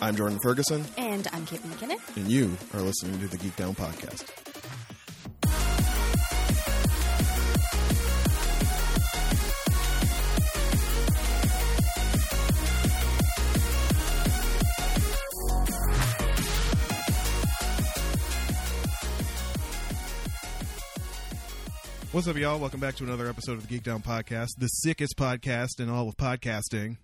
I'm Jordan Ferguson, And I'm Kate McKinnon. and you are listening to the Geek Down Podcast. What's up, y'all? Welcome back to another episode of the Geek Down Podcast, the sickest podcast in all of podcasting.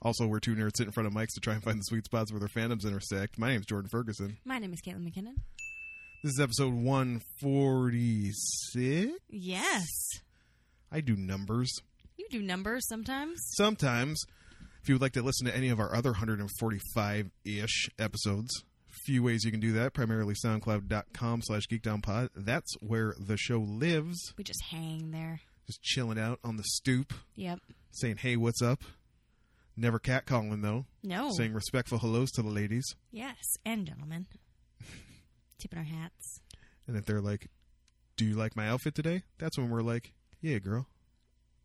Also, we're two nerds sit in front of mics to try and find the sweet spots where their fandoms intersect. My name's Jordan Ferguson. My name is Caitlin McKinnon. This is episode 146. Yes. I do numbers. You do numbers sometimes. Sometimes, if you would like to listen to any of our other 145 ish episodes, few ways you can do that. Primarily soundcloud.com slash geekdownpod. That's where the show lives. We just hang there. Just chilling out on the stoop, Yep. saying, hey, what's up? Never catcalling, though. No. Saying respectful hellos to the ladies. Yes. And gentlemen. Tipping our hats. And if they're like, "Do you like my outfit today?" That's when we're like, "Yeah, girl,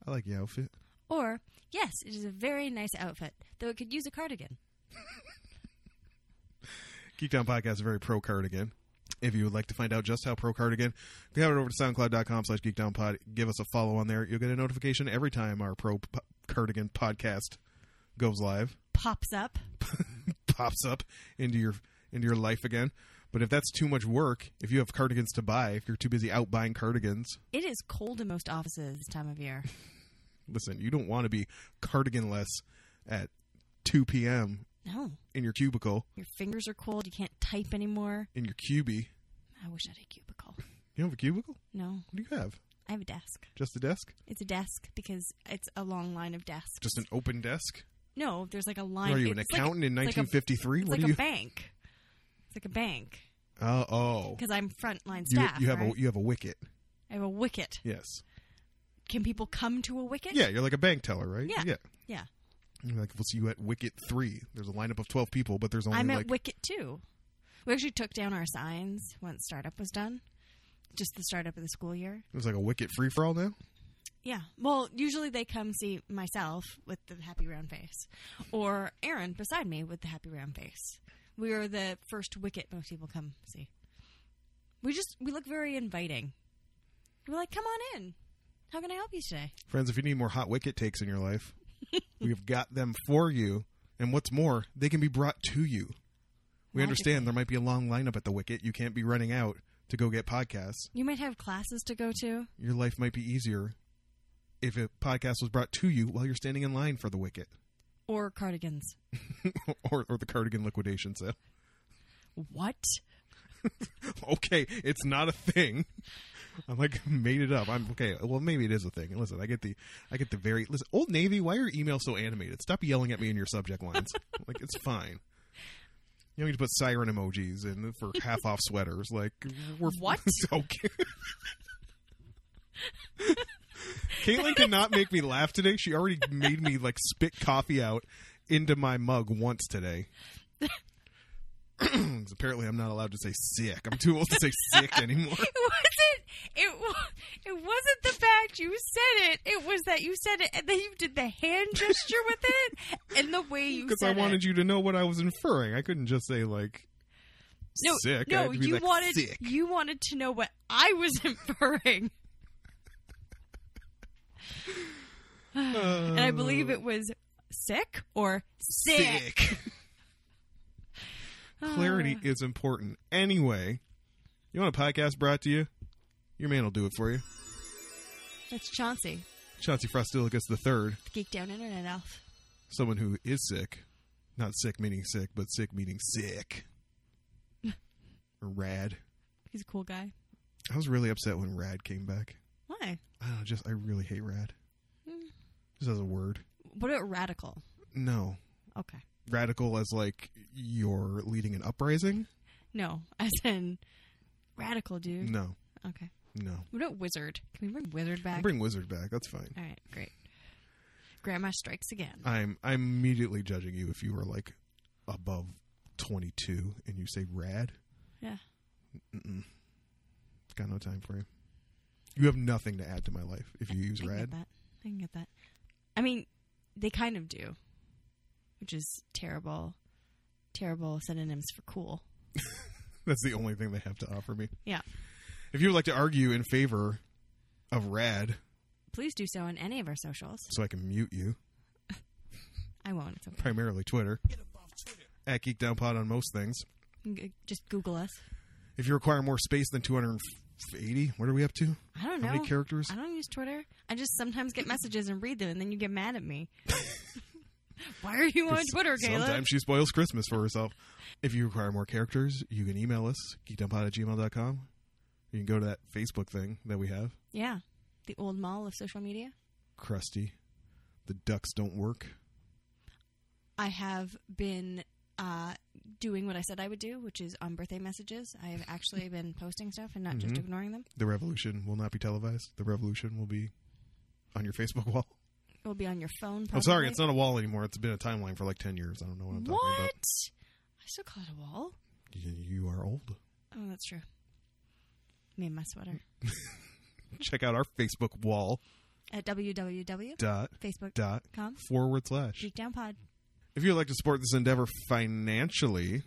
I like your outfit." Or, yes, it is a very nice outfit, though it could use a cardigan. Geektown Podcast is very pro cardigan. If you would like to find out just how pro cardigan, go over to soundcloud.com slash geekdownpod. Give us a follow on there. You'll get a notification every time our pro p- cardigan podcast goes live, Pops up. pops up into your into your life again. But if that's too much work, if you have cardigans to buy, if you're too busy out buying cardigans, It is cold in most offices this time of year. listen, you don't want to be cardiganless at 2 p.m. No. in your cubicle Your fingers are cold. You can't type anymore. in your cubie. I wish I had a cubicle. You have a cubicle? No. What do you have? I have a desk. Just a desk? It's a desk because it's a long line of desks. Just an open desk? No, there's like a What line. are you, an it's like- accountant in it's like a- 1953? It's what like a do you? bank. It's like a bank Oh, oh. because I'm frontline You, staff. you have right? a you have a wicket. I have a wicket. Yes. Can people come to a wicket? Yeah, you're like a bank teller, right? Yeah. Yeah. You're like, we'll see you at wicket three. There's a lineup of twelve people, but there's only I'm like at wicket too. We actually took down our signs once startup was done. Just the startup of the school year. there's like a wicket free for all now. Yeah. Well, usually they come see myself with the happy round face or Aaron beside me with the happy round face. We are the first wicket most people come see. We just we look very inviting. We're like, "Come on in. How can I help you today?" Friends, if you need more hot wicket takes in your life, we've got them for you. And what's more, they can be brought to you. We Magically. understand there might be a long lineup at the wicket. You can't be running out to go get podcasts. You might have classes to go to. your life might be easier if a podcast was brought to you while you're standing in line for the wicket Or cardigans. or, or the cardigan liquidation sale. What? Okay, it's not a thing. I'm like made it up. I'm okay. Well, maybe it is a thing. Listen, I get the, I get the very listen. Old Navy, why are your emails so animated? Stop yelling at me in your subject lines. like it's fine. You don't need to put siren emojis in for half off sweaters. Like we're What? okay. Caitlin cannot make me laugh today. She already made me like spit coffee out into my mug once today. 'Cause apparently, I'm not allowed to say sick. I'm too old to say sick anymore. It wasn't it wa- it wasn't the fact you said it. It was that you said it and then you did the hand gesture with it and the way you Because said I it. wanted you to know what I was inferring. I couldn't just say like no, sick. I No, had to be you like, wanted sick. you wanted to know what I was inferring, and I believe it was sick or sick. Uh. Ah. sick. Clarity is important. Anyway, you want a podcast brought to you? Your man will do it for you. That's Chauncey, Chauncey Frostilicus the third, the geek down internet elf. someone who is sick, not sick meaning sick, but sick meaning sick. Or Rad. He's a cool guy. I was really upset when Rad came back. Why? I don't know, just I really hate Rad. Just as a word. What about radical? No. Okay, Radical as like you're leading an uprising? no, as in radical dude. No. Okay. No. What about wizard? Can we bring wizard back? Bring Wizard back. That's fine. All right, great. Grandma strikes again. I'm I'm immediately judging you if you are like above 22 and you say rad. Yeah. Got no time for you. You have nothing to add to my life if you use I can get rad. that. I can get that. I mean, they kind of do. which is terrible, terrible synonyms for cool. That's the only thing they have to offer me. Yeah. If you would like to argue in favor of rad, Please do so on any of our socials. so I can mute you, I won't. It's okay. primarily Twitter, at Geek Down Pod on most things. G- Just Google us. If you require more space than 280, what are we up to? I don't know. How many characters? I don't use Twitter. I just sometimes get messages and read them, and then you get mad at me. Why are you on Twitter, Caleb? Sometimes she spoils Christmas for herself. If you require more characters, you can email us, geekdumpod at gmail.com. You can go to that Facebook thing that we have, Yeah, the old mall of social media. Krusty. The ducks don't work. I have been uh, doing what I said I would do, which is on birthday messages. I have actually been posting stuff and not just Mm-hmm. ignoring them. The revolution will not be televised. The revolution will be on your Facebook wall. It will be on your phone. Probably. I'm Oh, sorry, it's not a wall anymore. It's been a timeline for like 10 years. I don't know what I'm What? talking about. I still call it a wall. Y- You are old. Oh, that's true. Me and my sweater Mm. Check out our Facebook wall at www.facebook.com. dot dot forward slash. Geek Down Pod. If you'd like to support this endeavor financially,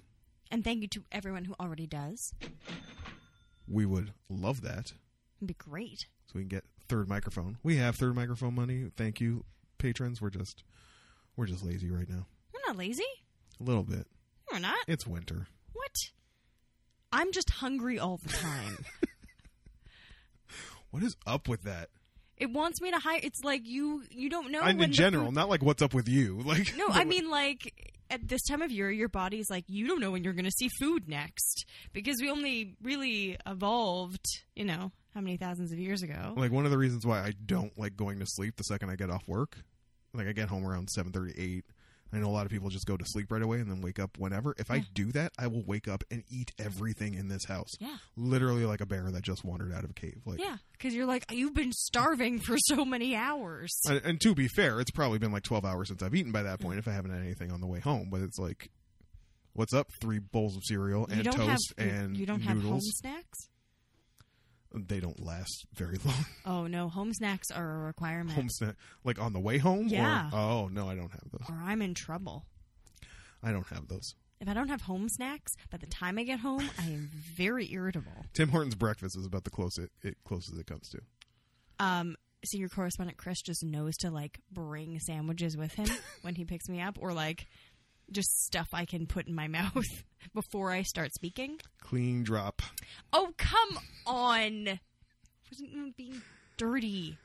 And thank you to everyone who already does. we would love that. It'd be great. so we can get third microphone. We have third microphone money. Thank you, patrons. We're just we're just lazy right now. We're not lazy. A little bit. We're not. It's winter. What? I'm just hungry all the time. What is up with that? it wants me to hire. It's like you you don't know. I'm when in the general, food- not like what's up with you. Like no, I mean like at this time of year, your body's like you don't know when you're going to see food next because we only really evolved. You know how many thousands of years ago? like one of the reasons why I don't like going to sleep the second I get off work. Like I get home around seven thirty eight. I know a lot of people just go to sleep right away and then wake up whenever. If I do that, I will wake up and eat everything in this house. Yeah. Literally like a bear that just wandered out of a cave. Like Yeah, because you're like you've been starving for so many hours. And, and to be fair, it's probably been like 12 hours since I've eaten by that point if I haven't had anything on the way home. But it's like, what's up? Three bowls of cereal you and don't toast have you- and you don't have home noodles. snacks. They don't last very long. Oh no, home snacks are a requirement, home snack. Like on the way home? Yeah. Or, oh, no, I don't have those. or I'm in trouble. I don't have those. If I don't have home snacks, by the time I get home, I am very irritable. Tim Horton's breakfast is about the closest it, closest it comes to. Um, so your correspondent Chris just knows to like bring sandwiches with him when he picks me up, or like just stuff I can put in my mouth before I start speaking. Clean drop. Oh come on! I wasn't even being dirty.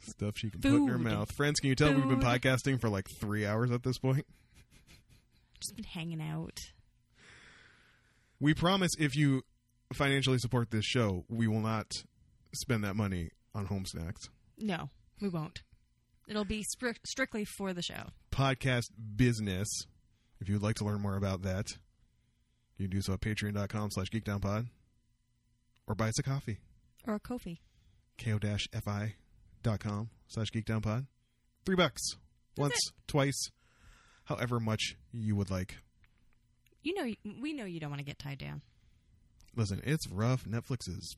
Stuff she can put in her Food. mouth. Friends, can you tell we've been Food. podcasting for like three hours at this point? Just been hanging out. We promise if you financially support this show, we will not spend that money on home snacks. No, we won't. It'll be stric- strictly for the show. Podcast business. If you'd like to learn more about that, you can do so at patreon.com slash geekdownpod or buy us a coffee. Or a Kofi. ko-fi.com slash geekdownpod. Three bucks. Once, twice, however much you would like. You know, we know you don't want to get tied down. Listen, it's rough. Netflix's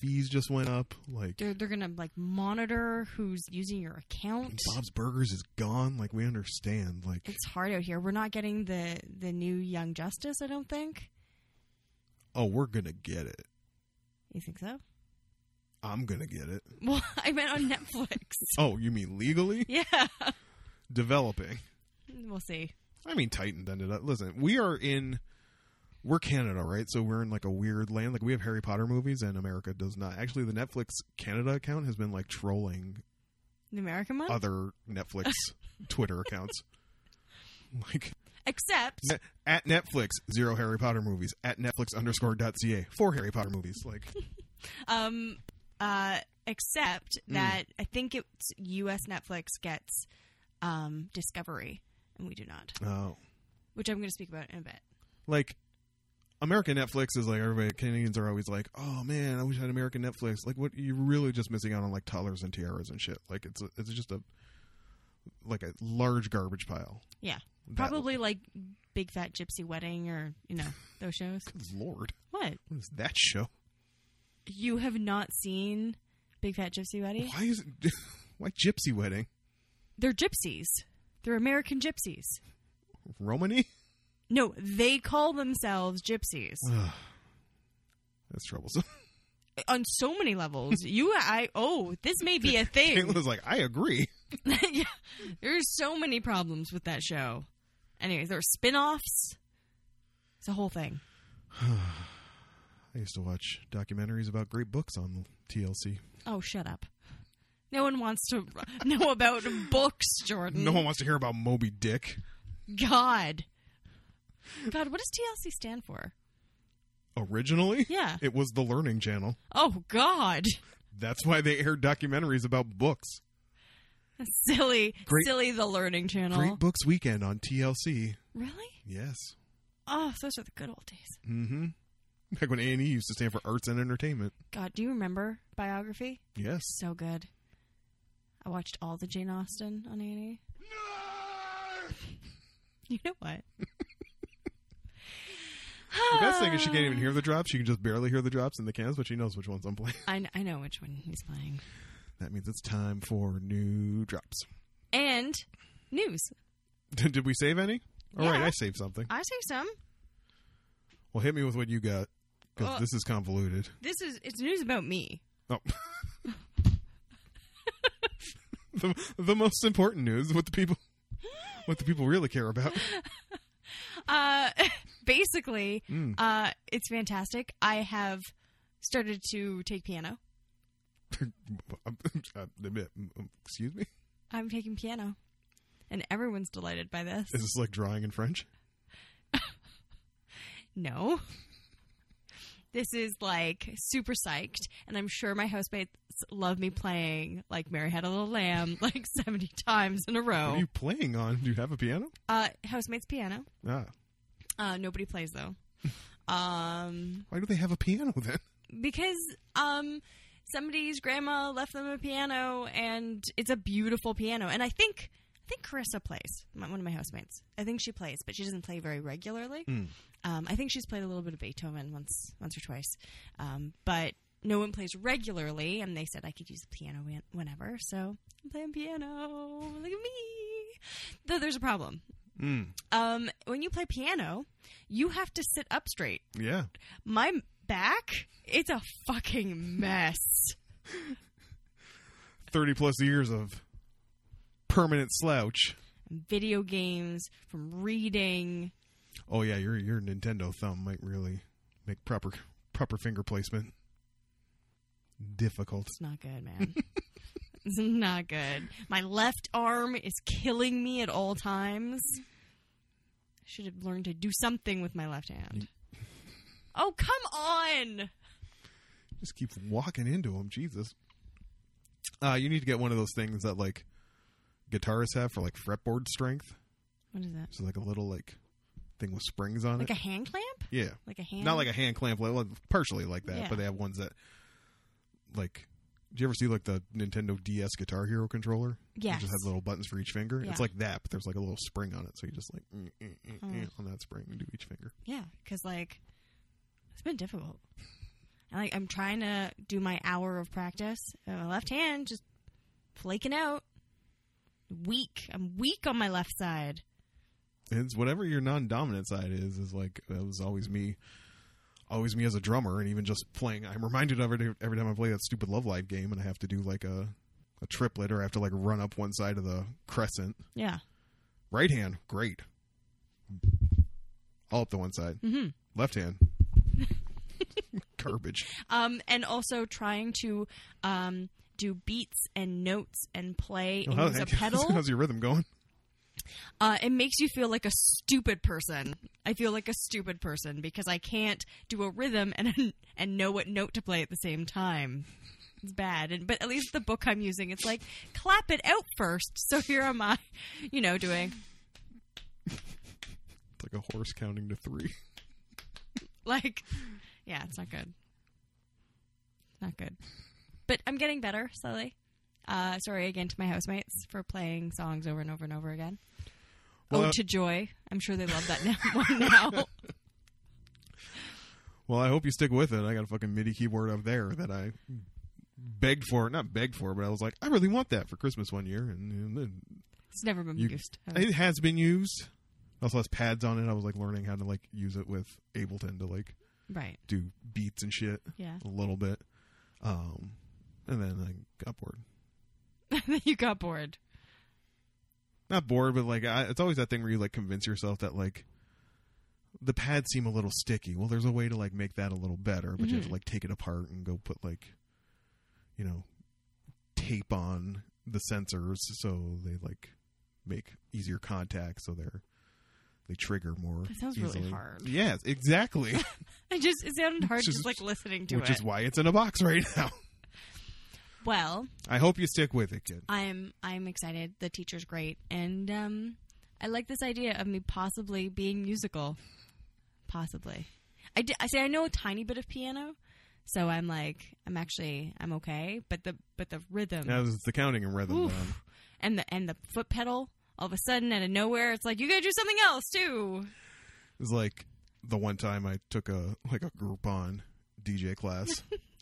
fees just went up. Like, They're they're gonna like monitor who's using your account. Bob's Burgers is gone. Like, we understand. Like, It's hard out here. We're not getting the the new Young Justice. I don't think. oh, we're gonna get it. You think so? I'm gonna get it. Well, I meant on Netflix. Oh, you mean legally yeah, developing? we'll see. I mean, Titan ended up. Listen, we are in. We're Canada, right? So we're in like a weird land. Like we have Harry Potter movies, and America does not. Actually, the Netflix Canada account has been like trolling The American one, other Netflix Twitter accounts. Like except ne- at Netflix zero Harry Potter movies at Netflix underscore dot ca four Harry Potter movies. Like um, uh, except Hmm. that I think it's U.S. Netflix gets um Discovery, and we do not, oh, which I'm going to speak about in a bit. like American Netflix is like everybody Canadians are always like, "Oh man, I wish I had American Netflix." Like what you're really just missing out on like toddlers and tiaras and shit. Like it's a, it's just a like a large garbage pile. Yeah, That- probably like Big Fat Gypsy Wedding or you know those shows. Good lord. What What is that show? you have not seen Big Fat Gypsy Wedding? Why is it why Gypsy Wedding? They're gypsies. They're American gypsies. Romany? No, they call themselves gypsies That's troublesome. on so many levels. you, I, oh, this may be a thing. Caitlin's like, I agree. yeah, there's so many problems with that show. Anyways, there were spin-offs. It's a whole thing. I used to watch documentaries about great books on TLC. Oh, shut up. No one wants to know about books, Jordan. No one wants to hear about Moby Dick. God. God, what does TLC stand for? Originally, Yeah. it was the Learning Channel. Oh, God. That's why they aired documentaries about books. Silly, Great- silly the learning channel. Great Books Weekend on TLC. Really? Yes. Oh, those are the good old days. Mm-hmm. Back when A and E used to stand for Arts and Entertainment. God, do you remember biography? Yes. So good. I watched all the Jane Austen on E. A&E. You know what? The best thing is she can't even hear the drops. She can just barely hear the drops in the cans, but she knows which ones I'm playing. I, kn- I know which one he's playing. That means it's time for new drops. And news. Did did we save any? All right, Yeah. I saved something. I say some. Well, hit me with what you got because Well- this is convoluted. This is it's news about me. Oh. the, the most important news, what the people, what the people really care about. Uh, basically, Mm. uh, it's fantastic. I have started to take piano. Uh, Excuse me. I'm taking piano, and everyone's delighted by this. Is this like drawing in French? No. This is like super psyched, and I'm sure my housemates love me playing like Mary Had a Little Lamb like 70 times in a What are row. you playing on? Do you have a piano? Uh, housemates piano. Ah, Uh, nobody plays though. Um, why do they have a piano then? because um, somebody's grandma left them a piano, and it's a beautiful piano. And I think I think Carissa plays. my- One of my housemates. I think she plays, but she doesn't play very regularly. Um, I think she's played a little bit of Beethoven once once or twice, um, but no one plays regularly. And they said I could use the piano whe- whenever, so I'm playing piano. Look at me. Though there's a problem. Mm. Um, when you play piano, you have to sit up straight Yeah, my back it's a fucking mess thirty plus years of permanent slouch. video games from reading Oh yeah, your your Nintendo thumb might really make proper proper finger placement difficult. it's not good man it's not good my left arm is killing me at all times should have learned to do something with my left hand oh come on Just keep walking into them, Jesus. Uh, you need to get one of those things that like guitarists have for like fretboard strength. what is that So like a little like thing with springs on like it. a hand clamp yeah, like a hand not like a hand clamp, like well, partially like that, Yeah. but they have ones that like. Do you ever see like the Nintendo DS Guitar Hero controller? It yes just has little buttons for each finger. Yeah. It's like that, but there's like a little spring on it, so you just like mm, mm, mm, mm, Mm. on that spring and do each finger. Yeah, because like it's been difficult. And, like I'm trying to do my hour of practice, and my left hand just flaking out. Weak. I'm weak on my left side. It's whatever your non-dominant side is. Is like that was always me, always me as a drummer, and even just playing. I'm reminded of it every time I play that stupid Love Live game, and I have to do like a a triplet, or I have to like run up one side of the crescent. Yeah. Right hand, great, all up the one side. Mm-hmm. Left hand, garbage. Um, and also trying to um do beats and notes and play Oh, and use a pedal. How's your rhythm going? Uh, it makes you feel like a stupid person. I feel like a stupid person because I can't do a rhythm and and know what note to play at the same time. It's bad, and but at least the book I'm using, it's like clap it out first. So here am I, you know, doing It's like a horse counting to three. like, yeah, it's not good, not good. But I'm getting better slowly. Uh, sorry again to my housemates for playing songs over and over and over again. Well, oh, uh, to joy! I'm sure they love that now. one now. Well, I hope you stick with it. I got a fucking MIDI keyboard up there that I begged for, not begged for, but I was like, I really want that for Christmas one year, and, and then It's never been You- used. It has been used. Also has pads on it. I was like learning how to like use it with Ableton to like right. do beats and shit Yeah. a little bit. Um, and then I got bored. you got bored. Not bored, but like I, it's always that thing where you like convince yourself that like the pads seem a little sticky. Well, there's a way to like make that a little better, but you have Mhm. to like take it apart and go put like you know tape on the sensors so they like make easier contact so they're they trigger more. That sounds really easily. hard. Yes, exactly. I just it sounded hard just, is- like listening to Which it. is why it's in a box right now. well, I hope you stick with it, kid. I'm I'm excited. The teacher's great, and um, I like this idea of me possibly being musical. Possibly, I di- I say I know a tiny bit of piano, so I'm like I'm actually I'm okay. But the but the rhythm Now it's the counting and rhythm. Mm. Oof. down. and the and the foot pedal, all of a sudden out of nowhere, it's like you gotta do something else too. It's like the one time I took a like a Groupon DJ class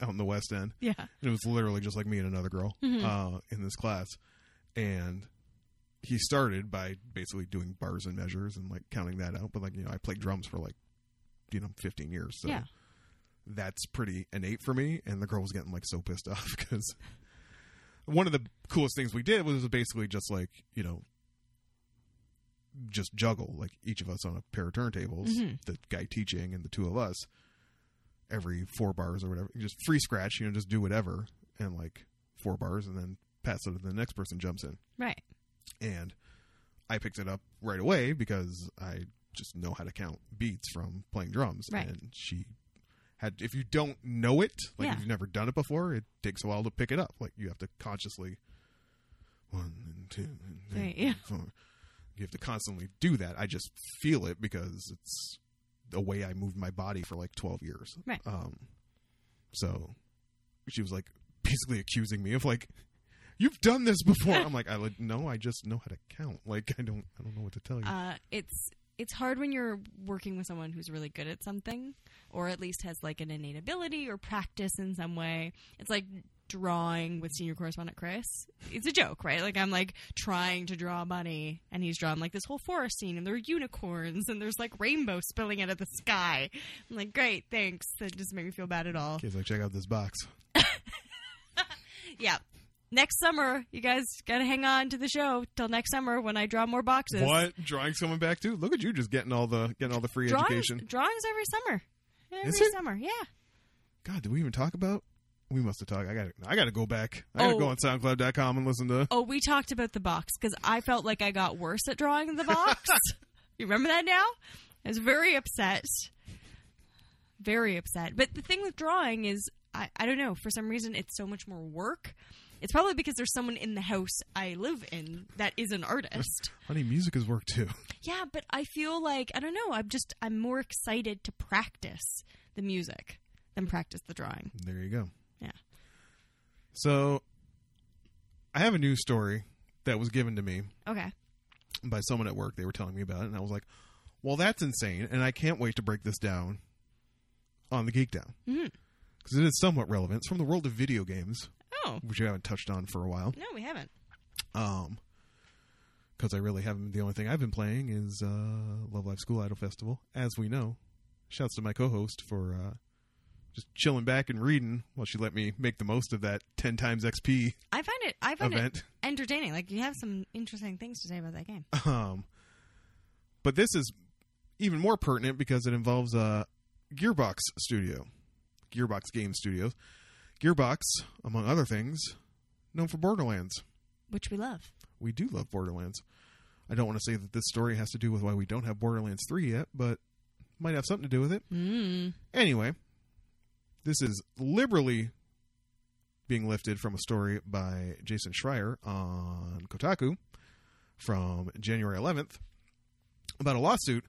out in the West End. Yeah, And it was literally just like me and another girl Mhm. uh, in this class, and he started by basically doing bars and measures and like counting that out. But like you know, I played drums for like you know 15 years, so Yeah. that's pretty innate for me. And the girl was getting like so pissed off because one of the coolest things we did was basically just like you know just juggle like each of us on a pair of turntables Mhm. the guy teaching and the two of us every four bars or whatever just free scratch you know just do whatever and like four bars and then pass it to the next person jumps in right. and I picked it up right away because I just know how to count beats from playing drums. Right. And she had, if you don't know it, like Yeah. if you've never done it before, it takes a while to pick it up. Like you have to consciously one and two and three Right, yeah. and four. You have to constantly do that. I just feel it because it's the way I moved my body for like twelve years. Right. Um, so she was like basically accusing me of like You've done this before. I'm like, I like, no, I just know how to count. Like, I don't, I don't know what to tell you. uh, it's it's hard when you're working with someone who's really good at something or at least has like an innate ability or practice in some way it's like drawing with senior correspondent chris it's a joke right like i'm like trying to draw money and he's drawn like this whole forest scene and there are unicorns and there's like rainbow spilling out of the sky i'm like great thanks that doesn't make me feel bad at all Kids, like, check out this box. yeah next summer you guys gotta hang on to the show till next summer when i draw more boxes What drawing someone back to? Look at you, just getting all the getting all the free drawings, education. drawings every summer every Is it? summer yeah God, did we even talk about? We must have talked. I got, to I got to go back. I got to Oh. go on SoundCloud.com and listen to. Oh, we talked about the box because I felt like I got worse at drawing the box. you remember that now? I was very upset. Very upset. But the thing with drawing is, I, I don't know, for some reason, it's so much more work. It's probably because there's someone in the house I live in that is an artist. Honey, music is work too. yeah, but I feel like, I don't know, I'm just, I'm more excited to practice the music than practice the drawing. There you go. Yeah. So, I have a news story that was given to me Okay. by someone at work. They were telling me about it, and I was like, "Well, that's insane," and I can't wait to break this down on the Geek Down Mhm. because it is somewhat relevant. It's from the world of video games, Oh, which I haven't touched on for a while. no, we haven't. Um, because I really haven't. The only thing I've been playing is uh, Love Live School Idol Festival, as we know. Shouts to my co-host for uh, just chilling back and reading while she let me make the most of that ten times XP I find it, I find event. it entertaining. Like, you have some interesting things to say about that game. Um, but this is even more pertinent because it involves uh, Gearbox Studio, Gearbox Game Studios. Gearbox, among other things, known for Borderlands. which we love. We do love Borderlands. I don't want to say that this story has to do with why we don't have Borderlands 3 yet, but might have something to do with it. Mm. Anyway, this is liberally being lifted from a story by Jason Schreier on Kotaku from January 11th about a lawsuit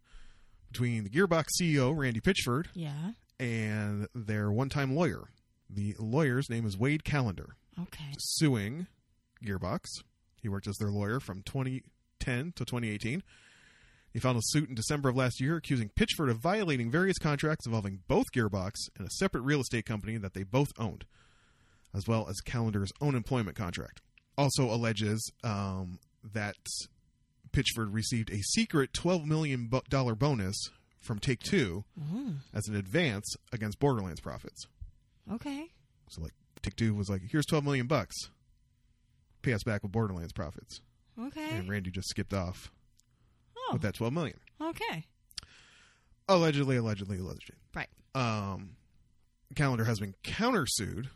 between the Gearbox CEO, Randy Pitchford, Yeah. and their one time lawyer. The lawyer's name is Wade Callender, Okay. suing Gearbox. He worked as their lawyer from 2010 to 2018. He filed a suit in December of last year accusing Pitchford of violating various contracts involving both Gearbox and a separate real estate company that they both owned, as well as Calendar's own employment contract. Also alleges um, that Pitchford received a secret twelve million bu- dollar bonus from Take Two Mm. as an advance against Borderlands profits. Okay. So like Take Two was like, "Here's twelve million bucks, pay us back with Borderlands profits," Okay. and Randy just skipped off Oh, with that twelve million. okay. Allegedly, allegedly, allegedly. Right. um, Calendar has been countersued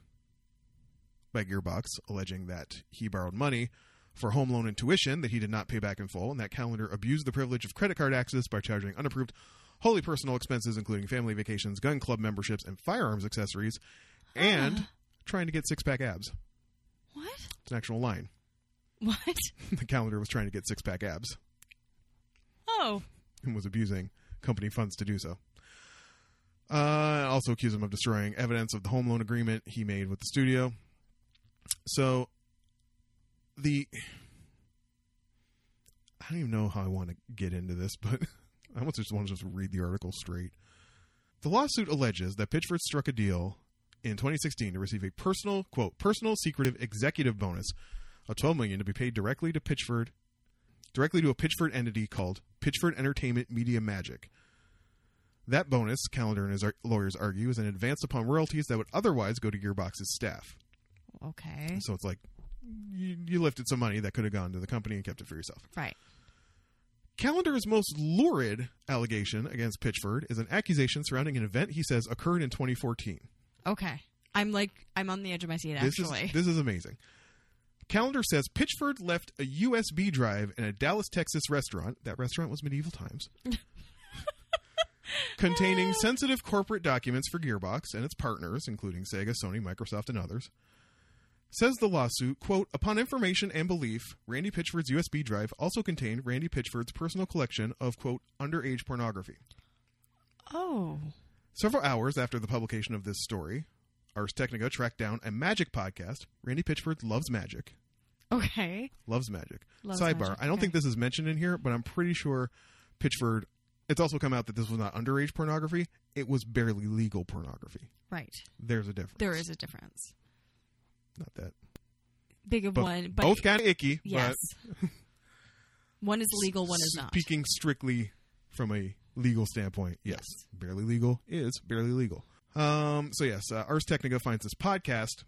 by Gearbox, alleging that he borrowed money for home loan and tuition that he did not pay back in full, and that Calendar abused the privilege of credit card access by charging unapproved wholly personal expenses, including family vacations, gun club memberships, and firearms accessories, and trying to get six pack abs. What? It's an actual line. What? the Calendar was trying to get six pack abs Oh. and was abusing company funds to do so. Uh, also accused him of destroying evidence of the home loan agreement he made with the studio. So, the I don't even know how I want to get into this, but I almost just want to just read the article straight. The lawsuit alleges that Pitchford struck a deal in 2016 to receive a personal quote personal secretive executive bonus of 12 million to be paid directly to Pitchford directly to a Pitchford entity called Pitchford Entertainment Media Magic. That bonus, Calendar and his ar- lawyers argue, is an advance upon royalties that would otherwise go to Gearbox's staff. Okay. So it's like you, you lifted some money that could have gone to the company and kept it for yourself. Right. Calendar's most lurid allegation against Pitchford is an accusation surrounding an event he says occurred in 2014. Okay. I'm like I'm on the edge of my seat This actually. is this is amazing. Calendar says Pitchford left a USB drive in a Dallas, Texas restaurant. That restaurant was medieval times. containing sensitive corporate documents for Gearbox and its partners, including Sega, Sony, Microsoft, and others. Says the lawsuit, quote, upon information and belief, Randy Pitchford's USB drive also contained Randy Pitchford's personal collection of, quote, underage pornography. oh. Several hours after the publication of this story, Ars Technica tracked down a magic podcast. Randy Pitchford loves magic. Okay. Loves magic. Loves Sidebar. magic, I don't okay. think this is mentioned in here, but I'm pretty sure Pitchford. It's also come out that this was not underage pornography. It was barely legal pornography. Right. There's a difference. There is a difference. Not that. Big of But one, but both kind of icky. yes. one is But legal, one is not. Speaking strictly from a legal standpoint, yes. Yes. Barely legal is barely legal. Um, so, yes, uh, Ars Technica finds this podcast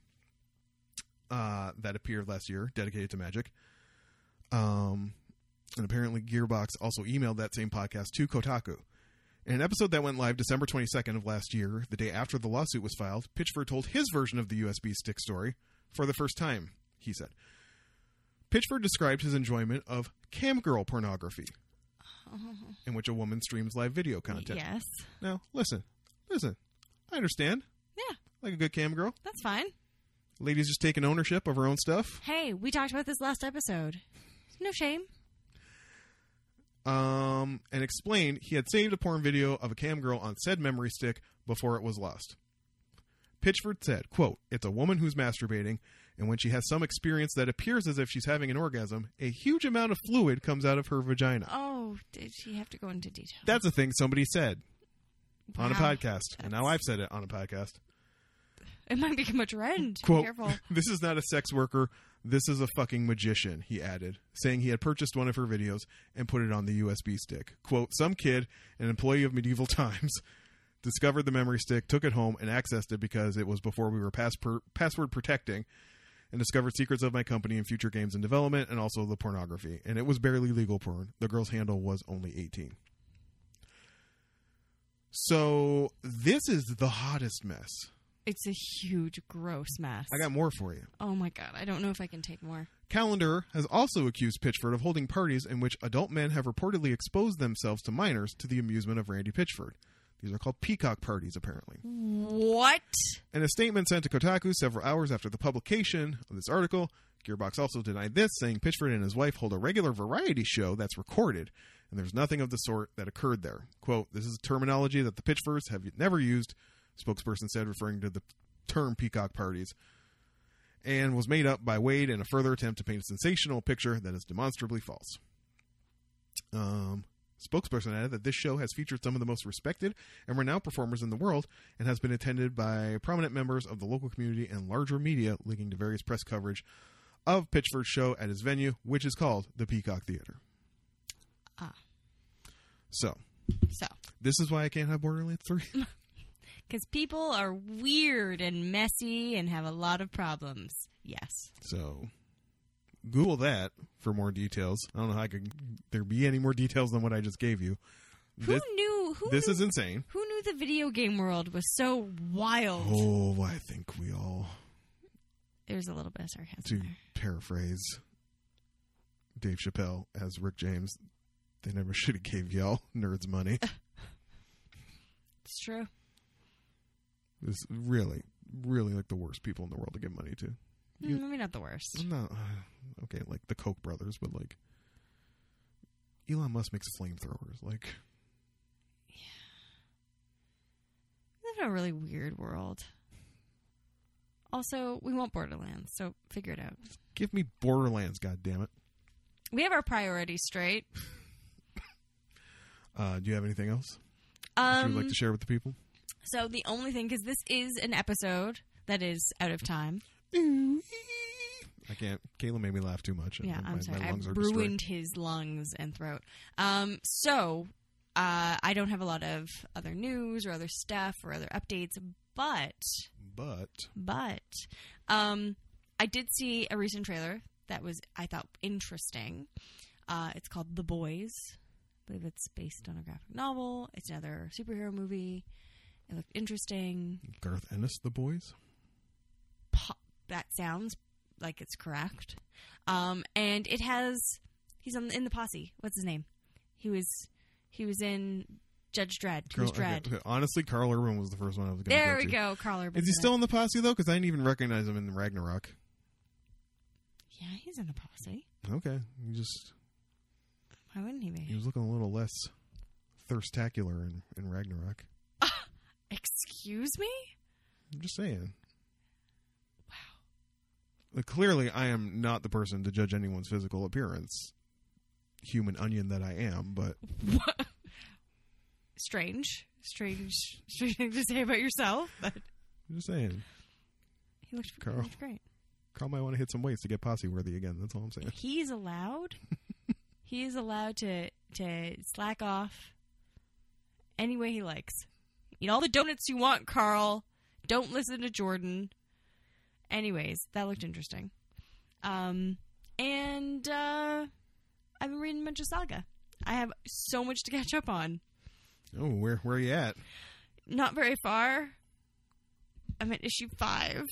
uh, that appeared last year dedicated to magic. Um, and apparently, Gearbox also emailed that same podcast to Kotaku. In an episode that went live December 22nd of last year, the day after the lawsuit was filed, Pitchford told his version of the USB stick story for the first time, he said. Pitchford described his enjoyment of camgirl pornography, in which a woman streams live video content. Yes. Now, listen, listen. I understand. Yeah, Like a good camgirl, that's fine. lady's just taking ownership of her own stuff. Hey, we talked about this last episode. No shame. Um, and explained he had saved a porn video of a camgirl on said memory stick before it was lost. Pitchford said, "Quote: It's a woman who's masturbating, and when she has some experience that appears as if she's having an orgasm, a huge amount of fluid comes out of her vagina." Oh, did she have to go into detail? That's a thing somebody said on a Wow. podcast, and now That's- I've said it on a podcast. It might become a trend. Quote, Careful. this is not a sex worker. This is a fucking magician, he added, saying he had purchased one of her videos and put it on the USB stick. Quote, some kid, an employee of medieval times, discovered the memory stick, took it home, and accessed it because it was before we were pass- per- password protecting, and discovered secrets of my company and future games in development, and also the pornography. And it was barely legal porn. The girl's handle was only 18. So, this is the hottest mess. It's a huge, gross mess. I got more for you. Oh my god, I don't know if I can take more. Calendar has also accused Pitchford of holding parties in which adult men have reportedly exposed themselves to minors to the amusement of Randy Pitchford. These are called peacock parties, apparently. What? In a statement sent to Kotaku several hours after the publication of this article, Gearbox also denied this, saying Pitchford and his wife hold a regular variety show that's recorded, and there's nothing of the sort that occurred there. Quote, This is terminology that the Pitchfords have never used, spokesperson said, referring to the term peacock parties, and was made up by Wade in a further attempt to paint a sensational picture that is demonstrably false. Um, spokesperson added that this show has featured some of the most respected and renowned performers in the world and has been attended by prominent members of the local community and larger media, linking to various press coverage of Pitchford's show at his venue, which is called the Peacock Theater. Ah. So, So, this is why I can't have Borderlands 3. because people are weird and messy and have a lot of problems. Yes. So Google that for more details. I don't know how I could there be any more details than what I just gave you. Who This, knew? Who this knew, is insane. Who knew the video game world was so wild? Oh, I think we all, There's a little bit of sarcasm to there. paraphrase Dave Chappelle as Rick James, they never should have gave y'all nerds money. It's true. It's really, really like the worst people in the world to give money to. Mm, You- Maybe not the worst. No, uh, okay, like the Koch brothers, but like Elon Musk makes flamethrowers. Like, We live in a really weird world. Also, we want Borderlands, so figure it out. give me Borderlands, goddammit. We have our priorities straight. Uh, do you have anything else that you Um, would like to share with the people? so the only thing, because this is an episode that is out of time. I can't. Kayla made me laugh too much. and Yeah, my, I'm sorry. My I lungs are destroyed. ruined his lungs and throat. Um, so uh, I don't have a lot of other news or other stuff or other updates, but But but um, I did see a recent trailer that was I thought interesting. Uh, it's called The Boys. I believe it's based on a graphic novel. It's another superhero movie. It looked interesting. Garth Ennis, the boys. pop, that sounds like it's correct. Um, and it has he's on in the posse. What's his name? He was he was in Judge Dredd. He was Carl- okay, Dredd. okay. Honestly, Carl Urban was the first one I was going There go we to. go, Carl Urban. Is he still in the posse though? Because I didn't even recognize him in Ragnarok. Yeah, he's in the posse. Okay, he just Why wouldn't he he be? was looking a little less thirstacular in, in Ragnarok. Excuse me. I'm just saying. Wow. Clearly, I am not the person to judge anyone's physical appearance, human onion that I am. But What? Strange, strange, strange thing to say about yourself. But I'm just saying. he looked, Carl. He looked great. Carl might want to hit some weights to get posse worthy again. That's all I'm saying. He's allowed. he is allowed to to slack off any way he likes. Eat all the donuts you want, Carl. Don't listen to Jordan. Anyways, that looked interesting. Um, and uh, I've been reading a bunch of saga. I have so much to catch up on. Oh, where where are you at? Not very far. I'm at issue five.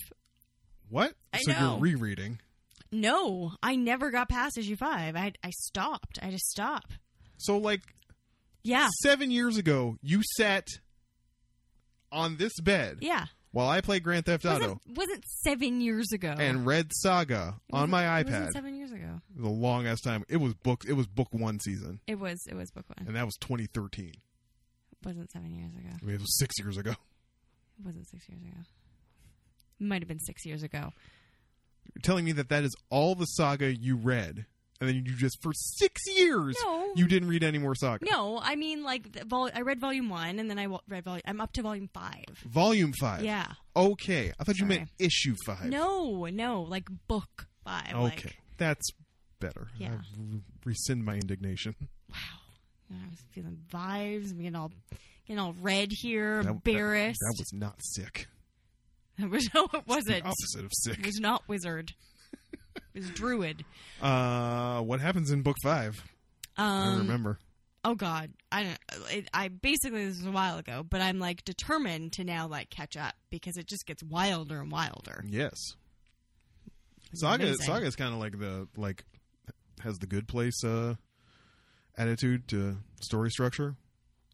What? I so know. you're rereading. No, I never got past issue five. I I stopped. I just stopped. So like Yeah, seven years ago, you sat on this bed yeah. while I played Grand Theft Auto Wasn't, wasn't seven years ago. and read Saga It on wasn't- my It iPad. wasn't seven years ago. It was a long ass time. It was book. It was book one season, It was. It was book one. and that was 2013. It wasn't seven years ago. I mean, it was six years ago. It wasn't six years ago. Might have been six years ago. You're telling me that that is all the Saga you read, and then you just for six years No. you didn't read any more Saga. No, I mean like the vol- I read volume one, and then I wa- read volume. I'm up to volume five. Volume five. Yeah. Okay, I thought you Sorry. meant issue five. No, no, like book five. Okay, Like, that's better. I Yeah. r- rescind my indignation. wow. You know, I was feeling vibes. I'm getting all getting all red That- here, that- embarrassed. That, was not sick. That was no, it The wasn't. opposite of It sick. was not wizard. It was druid. Uh, what happens in book five? I don't Um, remember. oh god i don't it, i basically this was a while ago but i'm like determined to now like catch up because it just gets wilder and wilder Yes, Saga. amazing. Saga is kind of like the like has the good place uh, attitude to story structure.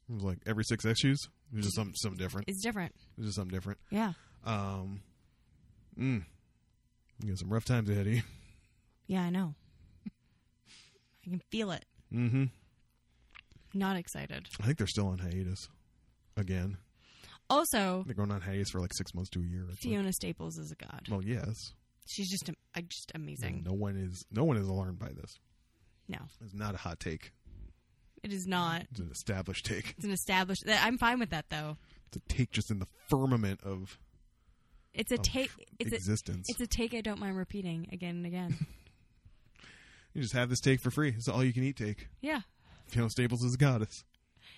It was like every six issues, it was just something something different. it's different It was just something different. yeah Um, mm, you got some rough times ahead of you. yeah i know i can feel it Mm-hmm. not excited I think they're still on hiatus again. also They're going on hiatus for like six months to a year. It's like- fiona staples is a god well, yes. she's just am- uh, just amazing No one is no one is alarmed by this. no It's not a hot take. it is not It's an established take. it's an established that i'm fine with that though It's a take just in the firmament of It's a take. It's a, existence. it's a take I don't mind repeating again and again. you just have this take for free. It's all you can eat take. yeah, Fiona Staples is a goddess.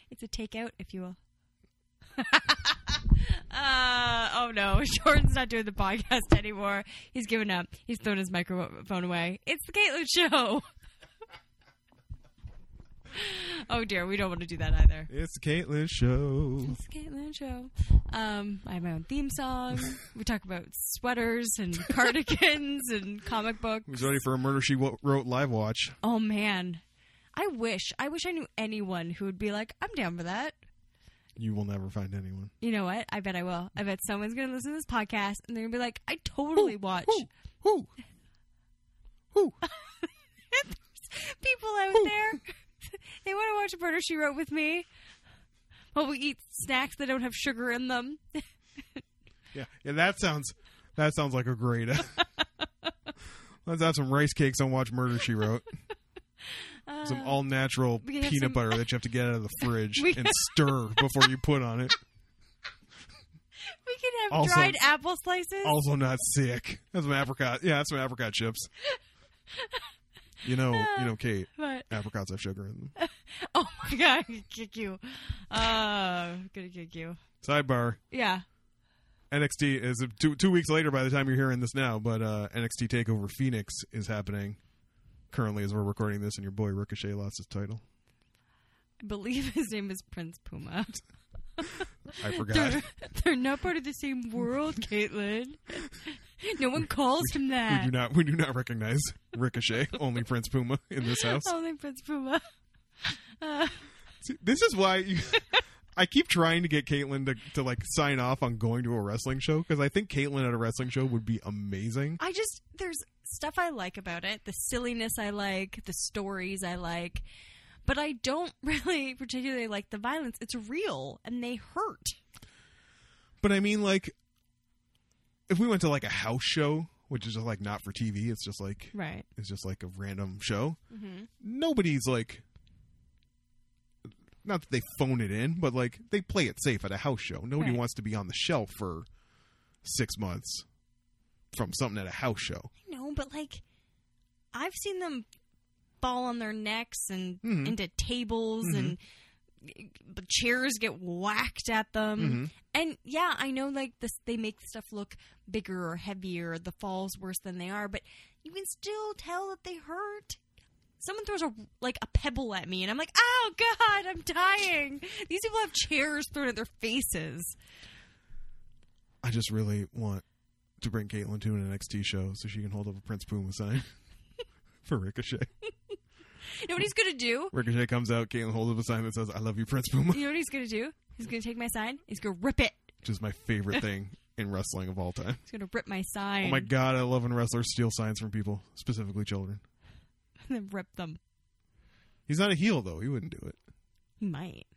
it's a takeout, if you will. uh, oh no, Jordan's not doing the podcast anymore. He's given up. He's thrown his microphone away. It's the Caitlin Show. oh dear, we don't want to do that either. It's the Caitlin Show. It's the Caitlin Show. Um, I have my own theme song. we talk about sweaters and cardigans and comic books. Who's ready for a murder she wo- wrote live watch? Oh man, I wish I wish I knew anyone who would be like, I'm down for that. You will never find anyone. You know what? I bet I will. I bet someone's gonna listen to this podcast and they're gonna be like, I totally watch Who? Who? Who? people out there. they want to watch Murder She Wrote with me. While we eat snacks that don't have sugar in them. Yeah, yeah. That sounds that sounds like a great. Let's have some rice cakes and watch Murder She Wrote. some all natural we can have peanut some- butter that you have to get out of the fridge We- and stir before you put on it. We can have Also- dried apple slices. Also not sick. That's some apricot. Yeah, that's some apricot chips. You know, you know, Kate. but Apricots have sugar in them. oh my god, I'm gonna kick you. Uh, I'm gonna kick you. Sidebar. Yeah. NXT is two two weeks later by the time you're hearing this now, but uh, NXT Takeover Phoenix is happening currently as we're recording this, and your boy Ricochet lost his title. I believe his name is Prince Puma. I forgot. They're, they're not part of the same world, Caitlin. No one calls him we that. do not we do not recognize Ricochet, only Prince Puma in this house. Only Prince Puma. Uh, See, This is why you, I keep trying to get Caitlyn to, to like sign off on going to a wrestling show because I think Caitlyn at a wrestling show would be amazing. I just there's stuff I like about it. The silliness I like, the stories I like, but I don't really particularly like the violence. It's real and they hurt. But I mean, like, if we went to like a house show, which is just like not for TV, it's just like Right. it's just like a random show. Mm-hmm. Nobody's like, not that they phone it in, but like they play it safe at a house show. Nobody Right. wants to be on the shelf for six months from something at a house show. No, but like I've seen them fall on their necks and Mhm. into tables and the chairs get whacked at them. Mhm. And yeah, I know like this they make stuff look bigger or heavier, the falls worse than they are, but you can still tell that they hurt. Someone throws a like a pebble at me and I'm like, "Oh god, I'm dying." These people have chairs thrown at their faces. I just really want to bring Caitlyn to an NXT show so she can hold up a Prince Puma sign for Ricochet. You know what he's going to do? Ricochet comes out, Caitlyn holds up a sign that says, I love you, Prince Puma, You know what he's going to do? He's going to take my sign. He's going to rip it. which is my favorite thing in wrestling of all time. He's going to rip my sign. Oh my god, I love when wrestlers steal signs from people, specifically children. and then rip them. He's not a heel, though. He wouldn't do it. He might.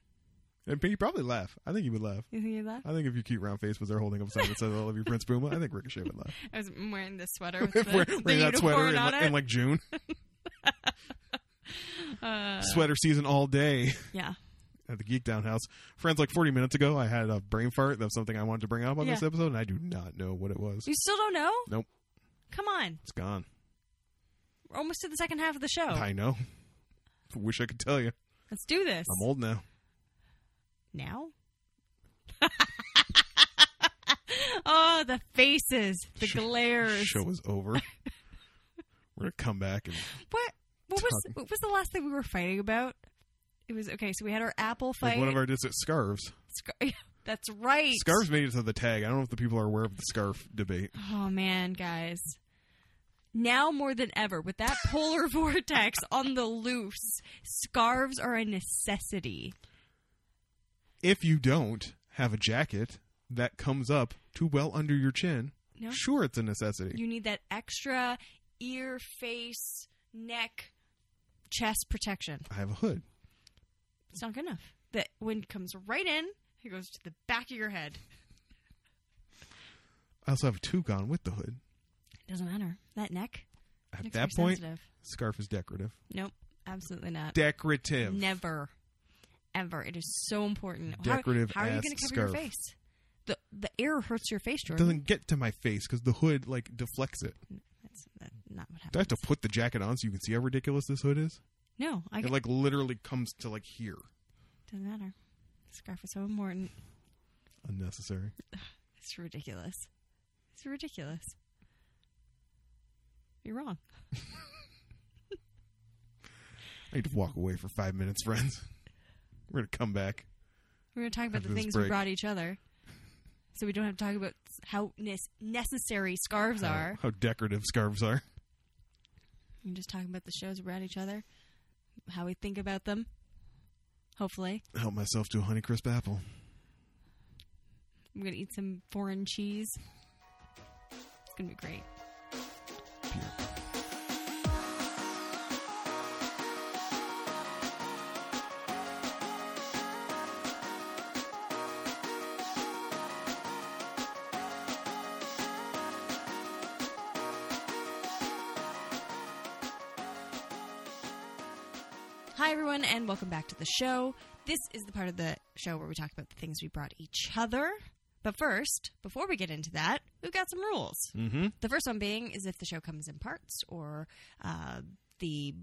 And he'd probably laugh. I think he would laugh. You think he laugh? I think if you keep round face was there holding up a sign that says, I love you, Prince Puma, I think Ricochet would laugh. I was I'm wearing this sweater with If the, we're- the wearing that sweater unicorn in, on like- in like June. it. Uh, Sweater season all day. yeah. at the Geek Down house. Friends, like 40 minutes ago, I had a brain fart. That's something I wanted to bring up on this Yeah. episode, and I do not know what it was. You still don't know? Nope. Come on. It's gone. We're almost to the second half of the show. I know. Wish I could tell you. Let's do this. I'm old now. Now? oh, the faces, the Sh- glares. Show is over. We're gonna come back and What what was what was the last thing we were fighting about? It was okay, so we had our apple fight. like one of our dis- scarves. Scar- That's right. Scarves made it to the tag. I don't know if the people are aware of the scarf debate. Oh man, guys. Now more than ever, with that polar vortex on the loose, scarves are a necessity. If you don't have a jacket that comes up too well under your chin, No. sure it's a necessity. You need that extra ear, face, neck, chest protection. I have a hood. It's not good enough. The wind comes right in, it goes to the back of your head. I also have a toque on with the hood. Doesn't matter. That neck. At neck's that very point, sensitive. scarf is decorative. Nope, absolutely not. Decorative. Never, ever. It is so important. How- Decorative How, are you ass going to cover scarf. your face? The the air hurts your face, It Jordan. doesn't get to my face because the hood like deflects it. That's that, not Do what I happened. have to put the jacket on so you can see how ridiculous this hood is? No, I It get, like literally comes to like here. doesn't matter. Scarf is so important. Unnecessary. It's ridiculous. It's ridiculous. You're wrong. I need to walk away for five minutes, friends. We're gonna come back. We're going to talk about After the this things we break. brought each other. So we don't have to talk about s- how nes- necessary scarves How- are. how decorative scarves are. We're just talking about the shows we brought each other, how we think about them. Hopefully. Help myself to a Honeycrisp apple. I'm going to eat some foreign cheese. It's going to be great. Pure. Hi, everyone, and welcome back to the show. This is the part of the show where we talk about the things we brought each other. But first, before we get into that, we've got some rules. Mm-hmm. The first one being is if the show comes in parts or uh, the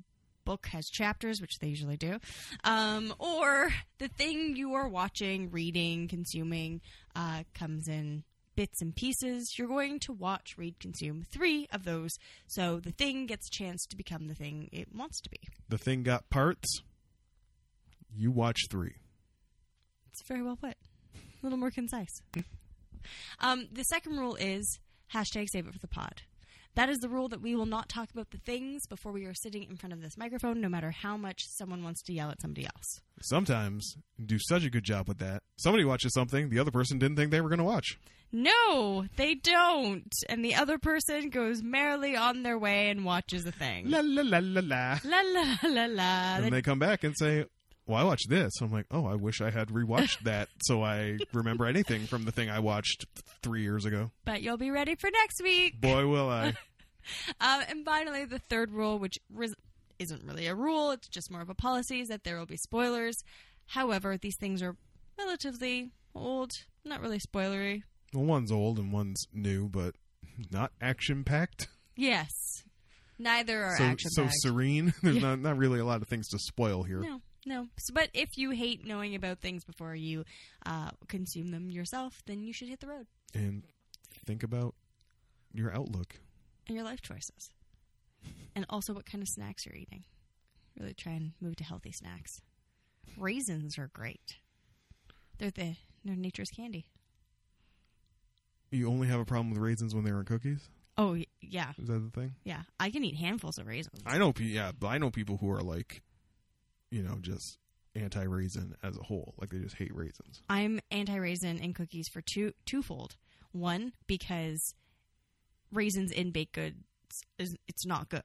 book has chapters, which they usually do, um, or the thing you are watching, reading, consuming uh, comes in bits and pieces. You're going to watch, read, consume three of those. So the thing gets a chance to become the thing it wants to be. The thing got parts. You watch three. It's very well put. A little more concise. Um, the second rule is hashtag save it for the pod. That is the rule that we will not talk about the things before we are sitting in front of this microphone, no matter how much someone wants to yell at somebody else. Sometimes you do such a good job with that. Somebody watches something the other person didn't think they were going to watch. No, they don't. And the other person goes merrily on their way and watches the thing. La la la la la. la la la la. And They- they come back and say, "Well, I watched this." I'm like, "Oh, I wish I had rewatched that so I remember anything from the thing I watched three years ago." but you'll be ready for next week. Boy, will I! Um, and finally, the third rule, which ris- isn't really a rule, it's just more of a policy, is that there will be spoilers. However, these things are relatively old, not really spoilery. Well, one's old and one's new, but not action packed. Yes. Neither are So action so bags. serene. There's Yeah. not not really a lot of things to spoil here. no, no. So, but if you hate knowing about things before you uh, consume them yourself, then you should hit the road And think about your outlook. and your life choices. And also what kind of snacks you're eating. Really try and move to healthy snacks. Raisins are great. They're the they're nature's candy. You only have a problem with raisins when they're in cookies. Oh y- yeah, Is that the thing? yeah. I can eat handfuls of raisins. I know, pe- yeah, but I know people who are like, you know, just anti raisin as a whole. Like they just hate raisins. I'm anti raisin in cookies for two twofold. One because raisins in baked goods is it's not good.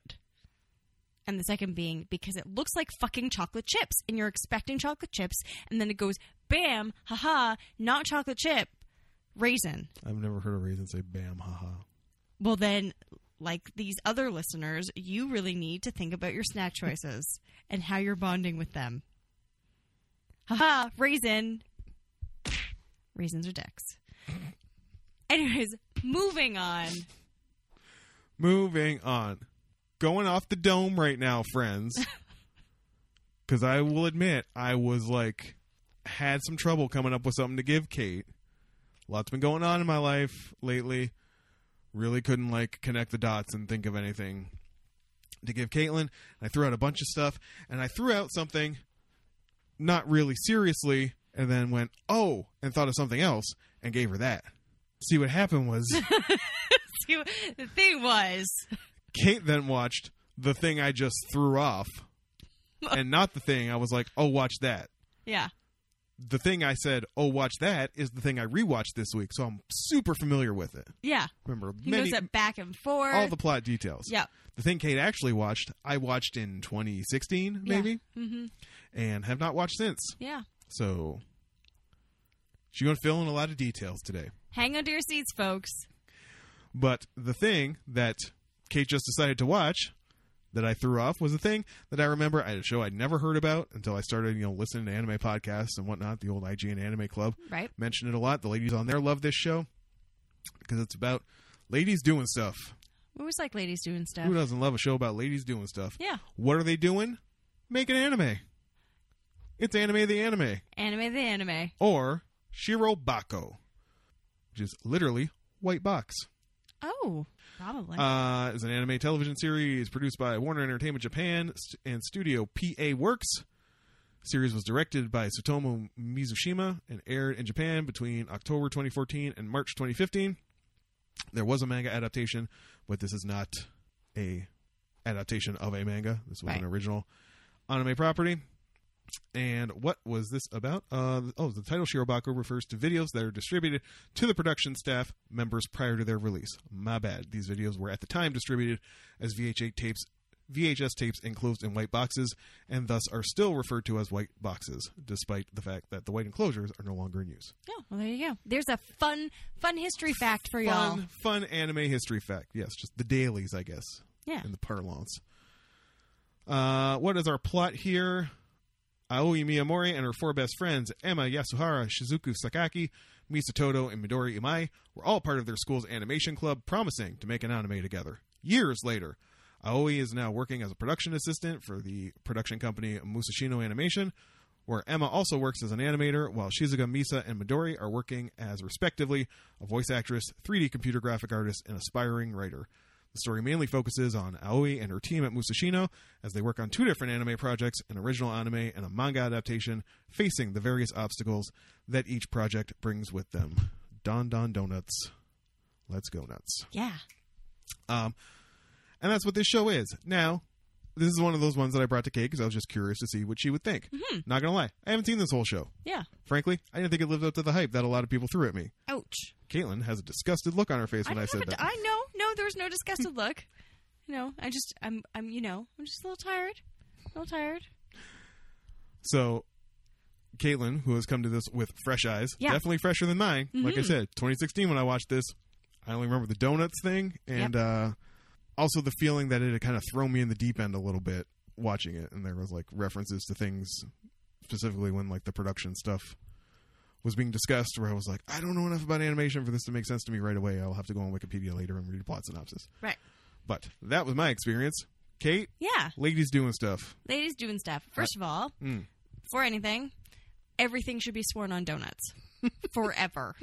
And the second being because it looks like fucking chocolate chips and you're expecting chocolate chips and then it goes bam, haha, not chocolate chip, raisin. I've never heard a raisin say "bam, haha." Well then like these other listeners, you really need to think about your snack choices and how you're bonding with them. Haha, raisin. Raisins are dicks. Anyways, moving on. Moving on, going off the dome right now, friends. Because I will admit, I was like, had some trouble coming up with something to give Kate. Lots been going on in my life lately. Really couldn't like connect the dots and think of anything to give Caitlin. I threw out a bunch of stuff, and I threw out something not really seriously, and then went oh, and thought of something else and gave her that. See what happened was. See, the thing was, Kate then watched the thing I just threw off, and not the thing I was like, "Oh, watch that." yeah, The thing I said, "Oh, watch that," is the thing I rewatched this week, so I'm super familiar with it. yeah. Remember He many goes up back and forth. all the plot details. yeah, The thing Kate actually watched, I watched in 2016, maybe, hmm and have not watched since. yeah. So she's going to fill in a lot of details today. Hang onto your seats, folks. But the thing that Kate just decided to watch that I threw off was a thing that I remember. I had a show I'd never heard about until I started, you know, listening to anime podcasts and whatnot. The old IGN Anime Club right? mentioned it a lot. The ladies on there love this show because it's about ladies doing stuff. We always like ladies doing stuff. Who doesn't love a show about ladies doing stuff? Yeah, What are they doing? Making anime. It's anime the anime. anime the anime. Or Shirobako, which is literally white box. Oh, probably. Uh, is an anime television series produced by Warner Entertainment Japan st- and Studio PA Works. Series was directed by Sutomo Mizushima and aired in Japan between October 2014 and March 2015. There was a manga adaptation, but this is not a adaptation of a manga. This was an Right. original anime property. And what was this about? Uh, oh, the title Shirobako refers to videos that are distributed to the production staff members prior to their release. My bad. These videos were at the time distributed as VH8 tapes, VHS tapes enclosed in white boxes, and thus are still referred to as white boxes, despite the fact that the white enclosures are no longer in use. yeah, well, there you go. There's a fun, fun history fact for y'all. Fun, fun anime history fact. Yes, just the dailies, I guess. Yeah. In the parlance. Uh, what is our plot here? Aoi Miyamori and her four best friends, Emma Yasuhara, Shizuku Sakaki, Misatoto, and Midori Imai, were all part of their school's animation club, promising to make an anime together. Years later, Aoi is now working as a production assistant for the production company Musashino Animation, where Emma also works as an animator, while Shizuka Misa and Midori are working as, respectively, a voice actress, 3D computer graphic artist, and aspiring writer. The story mainly focuses on Aoi and her team at Musashino as they work on two different anime projects, an original anime and a manga adaptation, facing the various obstacles that each project brings with them. Don Don Donuts. Let's go nuts. Yeah. Um, and that's what this show is. Now, this is one of those ones that I brought to Kate because I was just curious to see what she would think. Not going to lie, I haven't seen this whole show. Yeah. Frankly, I didn't think it lived up to the hype that a lot of people threw at me. Ouch. Caitlin has a disgusted look on her face I, when I, don't said have a- that. I know. No, there was no disgusted look. No, I just, I'm, I'm, you know, I'm just a little tired. A little tired. So, Caitlin, who has come to this with fresh eyes, Yeah. definitely fresher than mine. Like I Mhm. said, 2016 when I watched this, I only remember the donuts thing and uh, also the feeling that it had kind of thrown me in the deep end a little bit watching it. And there was like references to things, specifically when like the production stuff was being discussed, where I was like, I don't know enough about animation for this to make sense to me right away. I'll have to go on Wikipedia later and read a plot synopsis. Right. But that was my experience. Kate, Yeah. ladies doing stuff. Ladies doing stuff. First of all, Mm. before anything, everything should be sworn on donuts. Forever.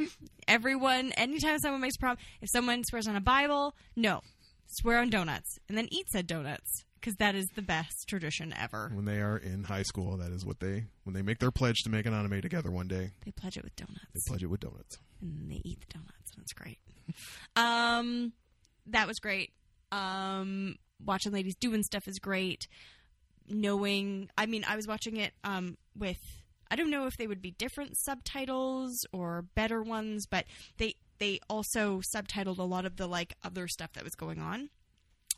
Everyone, anytime someone makes a problem, if someone swears on a Bible, no. Swear on donuts. And then eat said donuts. Because that is the best tradition ever. when they are in high school. That is what they when they make their pledge to make an anime together one day. They pledge it with donuts. They pledge it with donuts. and they eat the donuts and it's great. Um, that was great. Um, watching ladies doing stuff is great. Knowing, I mean, I was watching it um with I don't know if they would be different subtitles or better ones, but they they also subtitled a lot of the like other stuff that was going on.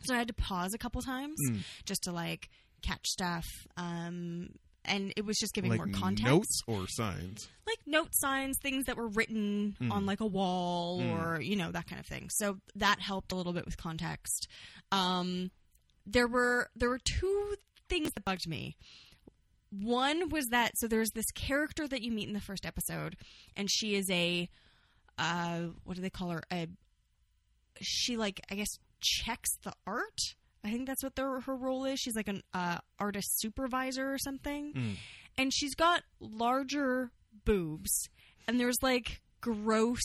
So I had to pause a couple times Mm. just to like catch stuff. Um, and it was just giving like more context notes or signs. like note signs, things that were written Mm. on like a wall Mm. or you know that kind of thing. So that helped a little bit with context. Um, there were there were two things that bugged me. One was that so there's this character that you meet in the first episode, and she is a uh, what do they call her? A she like I guess checks the art. I think that's what their, her role is. She's like an uh, artist supervisor or something and she's got larger boobs and there's like gross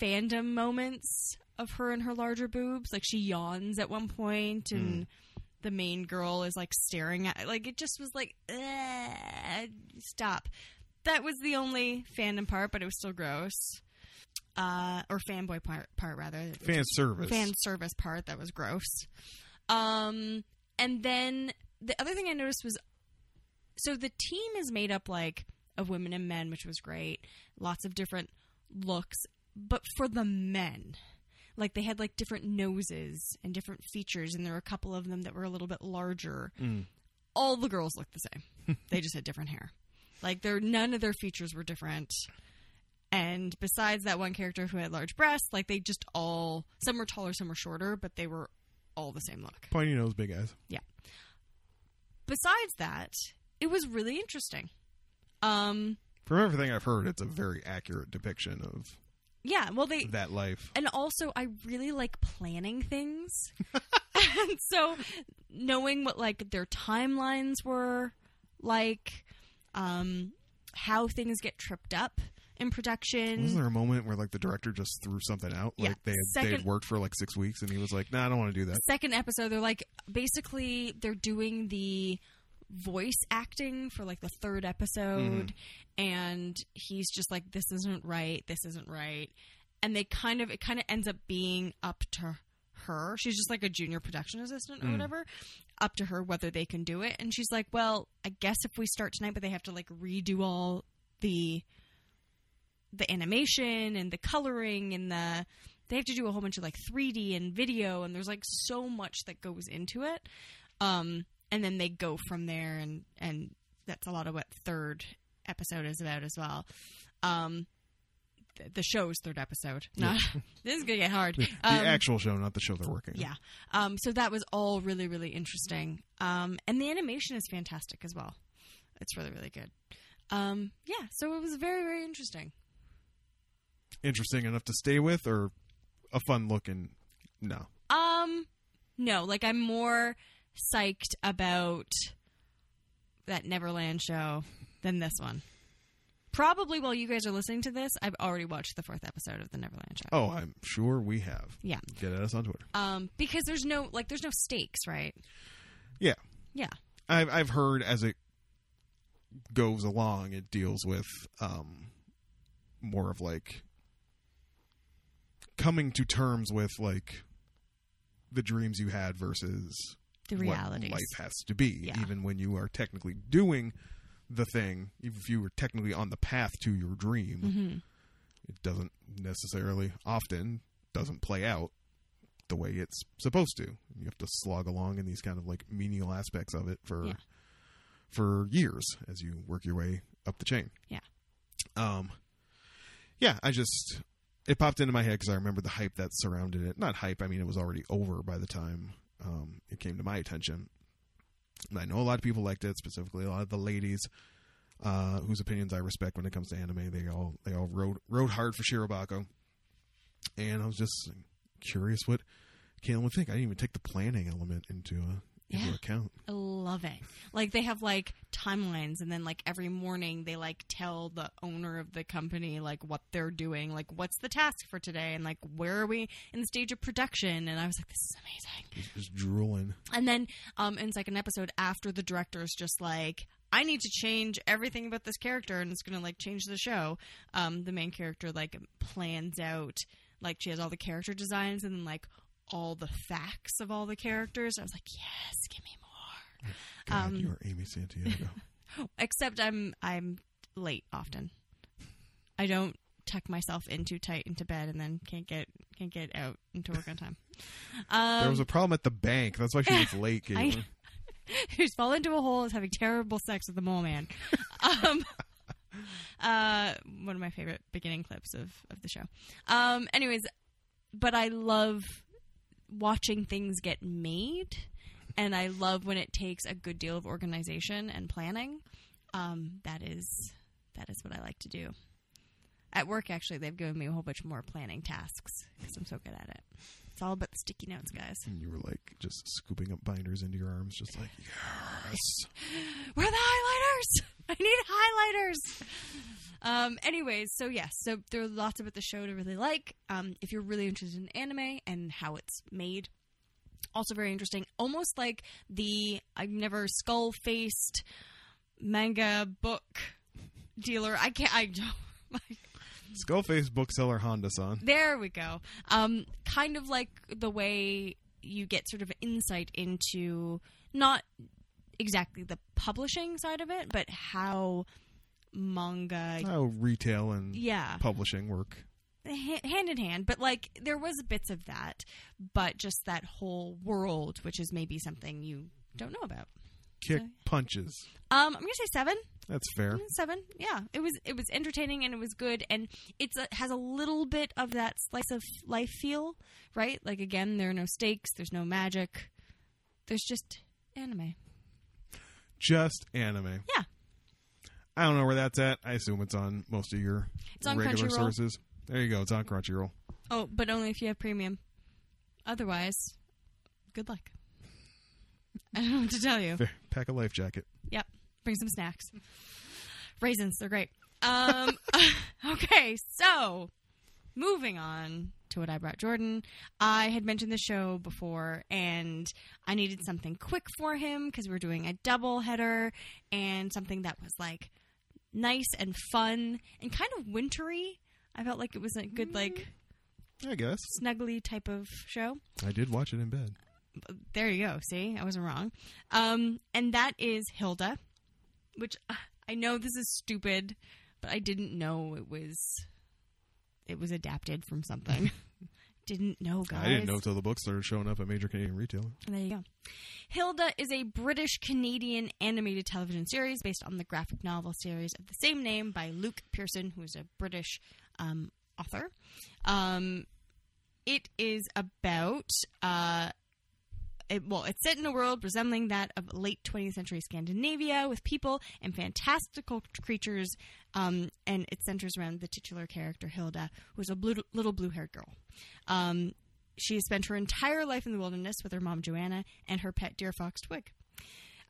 fandom moments of her and her larger boobs like she yawns at one point and the main girl is like staring at like it just was like "Ugh, stop that was the only fandom part but it was still gross uh or fanboy part, part rather Fan service. fan service part that was gross. Um, and then the other thing I noticed was so the team is made up like of women and men, which was great. Lots of different looks, but for the men, like they had like different noses and different features, and there were a couple of them that were a little bit larger. Mm. All the girls looked the same. they just had different hair. Like their none of their features were different. And besides that one character who had large breasts, like they just all some were taller, some were shorter, but they were all the same look. Pointy nose, big eyes. Besides that, it was really interesting. Um, From everything I've heard, it's a very accurate depiction of yeah, well, they that life. and also I really like planning things, and so knowing what like their timelines were like, um, how things get tripped up in production. Wasn't there a moment where like the director just threw something out? Yeah. Like they had they'd Second- worked for like six weeks, and he was like, "Nah, I don't want to do that." second episode they're like basically they're doing the voice acting for like the third episode Mm-hmm. and he's just like this isn't right this isn't right and they kind of it kind of ends up being up to her she's just like a junior production assistant or Mm. whatever up to her whether they can do it and she's like well i guess if we start tonight but they have to like redo all the the animation and the coloring and the they have to do a whole bunch of like 3D and video and there's like so much that goes into it. Um and then they go from there and and that's a lot of what third episode is about as well. Um th- the show's third episode. Not, this is going to get hard. The, the Um, actual show, not the show they're working. on. yeah. Um, so that was all really, really interesting. Um, and the animation is fantastic as well. It's really, really good. Um, yeah. So it was very, very interesting. interesting enough to stay with, or a fun looking. No, Um, no, like I'm more psyched about that Neverland show than this one. Probably while you guys are listening to this, I've already watched the fourth episode of the Neverland show. oh, I'm sure we have. Yeah. Get at us on Twitter. Um, because there's no like there's no stakes, right? Yeah, Yeah. I've I've heard as it goes along, it deals with um more of like coming to terms with like the dreams you had versus The realities. what life has to be, Yeah. even when you are technically doing the thing. If you were technically on the path to your dream, Mm-hmm. it doesn't necessarily often doesn't play out the way it's supposed to. You have to slog along in these kind of like menial aspects of it for Yeah. for years as you work your way up the chain. Yeah. Um. Yeah, I just it popped into my head because I remembered the hype that surrounded it. Not hype, I mean it was already over by the time um, it came to my attention. And I know a lot of people liked it, specifically a lot of the ladies uh, whose opinions I respect when it comes to anime. They all they all rode rode hard for Shirobako, and I was just curious what Caitlin would think. I didn't even take the planning element into uh, into Yeah. account. I love it. Like they have like timelines, and then like every morning they like tell the owner of the company like what they're doing, like what's the task for today, and like where are we in the stage of production. And I was like, this is amazing. Just, just drooling. And then um, in second episode, after the director's just like, I need to change everything about this character, and it's gonna like change the show. Um, the main character like plans out, like she has all the character designs, and then like all the facts of all the characters. I was like, yes, give me more God, Um, you are Amy Santiago. except I'm I'm late often. I don't tuck myself in too tight into bed and then can't get can't get out into work on time. Um, there was a problem at the bank. That's why she was late. I- Caitlin. who's fallen into a hole is having terrible sex with the mole man. um, uh, one of my favorite beginning clips of, of the show. Um, anyways, but I love watching things get made, and I love when it takes a good deal of organization and planning. Um, that is that is what I like to do. At work, actually, they've given me a whole bunch more planning tasks because I'm so good at it. It's all about the sticky notes, guys. and you were like just scooping up binders into your arms, just like yes. We're the highlighters. I need highlighters. Um, anyways, so yes, so there are lots about the show to really like. Um, if you're really interested in anime and how it's made, also very interesting. Almost like the I've never skull faced manga book dealer. I can't. I don't. Skullface bookseller Honda san. There we go. Um, kind of like the way you get sort of insight into not exactly the publishing side of it, but how manga, How retail and yeah, publishing work. ha- hand in hand. But like there was bits of that, but just that whole world, which is maybe something you don't know about. kick So- punches. Um, I'm gonna say seven. That's fair. Mm, Seven. Yeah, it was it was entertaining and it was good and it's a, has a little bit of that slice of life feel, right? Like again, there are no stakes, there's no magic, there's just anime. Just anime. Yeah. I don't know where that's at. I assume it's on most of your It's on regular Crunchyroll. sources. There you go. It's on Crunchyroll. Oh, but only if you have premium. Otherwise, good luck. I don't know what to tell you. Fair. Pack a life jacket. Yep. Bring some snacks. Raisins, they're great. Um, okay, so moving on to what I brought Jordan. I had mentioned the show before, and I needed something quick for him because we were doing a double header and something that was like nice and fun and kind of wintry. I felt like it was a good, like, I guess snuggly type of show. I did watch it in bed. There you go. See, I wasn't wrong. Um, and that is Hilda, which uh, I know this is stupid, but I didn't know it was it was adapted from something. didn't know, guys. I didn't know until the book started showing up at major Canadian retailer. There you go. Hilda is a British Canadian animated television series based on the graphic novel series of the same name by Luke Pearson, who is a British um, author. Um, it is about. Uh, it, well, it's set in a world resembling that of late 20th century Scandinavia with people and fantastical creatures, um, and it centers around the titular character Hilda, who's a blue, little blue haired girl. Um, she has spent her entire life in the wilderness with her mom Joanna and her pet deer fox Twig.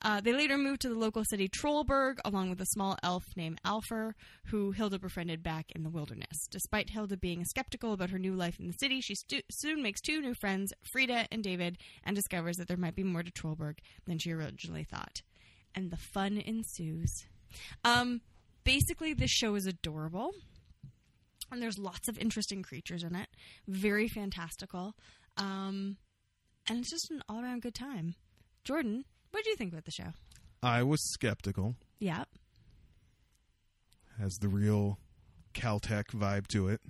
Uh, they later moved to the local city Trollberg, along with a small elf named Alfer, who Hilda befriended back in the wilderness. Despite Hilda being skeptical about her new life in the city, she stu- soon makes two new friends, Frida and David, and discovers that there might be more to Trollberg than she originally thought. And the fun ensues. Um, basically, this show is adorable and there's lots of interesting creatures in it. Very fantastical. Um, and it's just an all around good time. Jordan, what do you think about the show? I was skeptical. Yeah. Has the real Caltech vibe to it.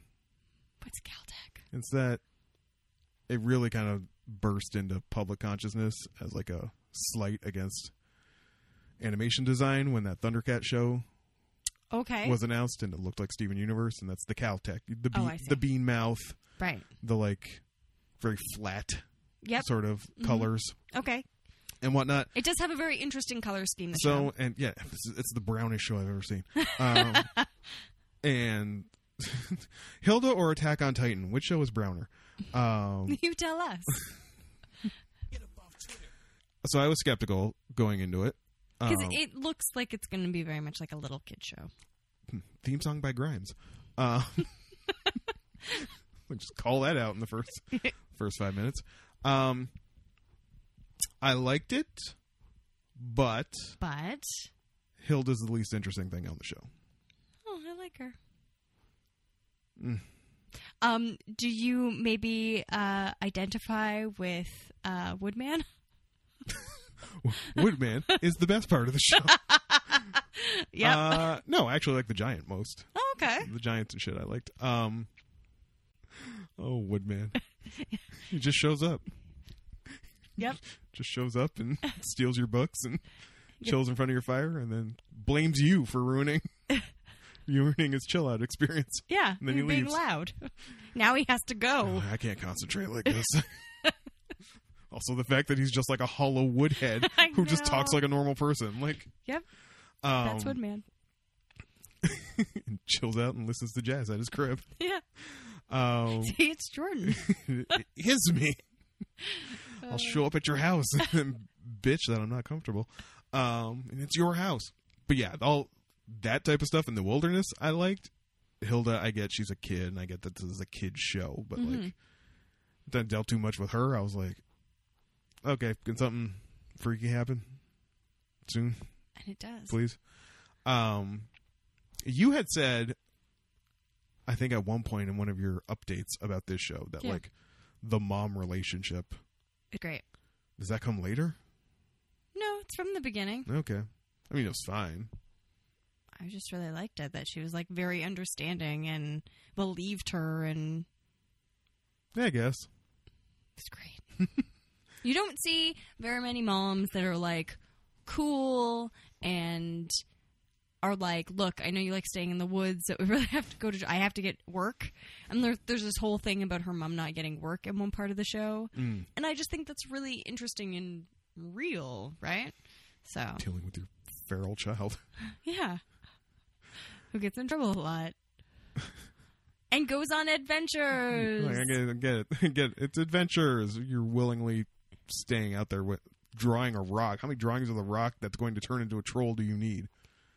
What's Caltech? It's that it really kind of burst into public consciousness as like a slight against animation design when that Thundercat show Okay. was announced and it looked like Steven Universe and that's the Caltech, the Oh, bean, I see. the bean mouth, right. the like very flat Yep. Mm-hmm. sort of colors Okay. and whatnot. It does have a very interesting color scheme. The So show. and yeah, it's, it's the brownest show I've ever seen. Um, and Hilda or Attack on Titan, which show is browner? Um, you tell us. so I was skeptical going into it. Because Um, it looks like it's going to be very much like a little kid show. theme song by Grimes. Uh, we'll just call that out in the first first five minutes. Um, I liked it, but But, Hilda's the least interesting thing on the show. oh, I like her. Mm. Um, do you maybe uh, identify with uh, Woodman? Woodman is the best part of the show. Yeah. Uh, no, I actually like the giant most. oh, okay. The giants and shit I liked. Um, oh, Woodman. he just shows up. Yep. Just shows up and steals your books and chills in front of your fire and then blames you for ruining you ruining his chill out experience. Yeah, And then he you're being leaves. loud. Now he has to go. I can't concentrate like this. also the fact that he's just like a hollow woodhead I who just know. talks like a normal person. Like Yep, um, that's Woodman. and chills out and listens to jazz at his crib. Yeah, Um, see, it's Jordan. it is me. I'll show up at your house and then bitch that I'm not comfortable. Um, and it's your house. But yeah, all that type of stuff in the wilderness I liked. Hilda, I get she's a kid and I get that this is a kid's show, but like that dealt too much with her. I was like, okay, can something freaky happen soon? And it does. please. Um, you had said, I think at one point in one of your updates about this show that Yeah. like the mom relationship Great. does that come later? No, it's from the beginning. Okay, I mean it was fine. I just really liked it that she was like very understanding and believed her, and Yeah, I guess. it's great. you don't see very many moms that are like, cool and are like, look, I know you like staying in the woods, but we really have to go to. I have to get work, and there, there's this whole thing about her mom not getting work in one part of the show, Mm. and I just think that's really interesting and real, right? So Dealing with your feral child. yeah, who gets in trouble a lot and goes on adventures. Like, I get it. Get it. Get it. It's adventures. You're willingly staying out there with drawing a rock. How many drawings of the rock that's going to turn into a troll do you need?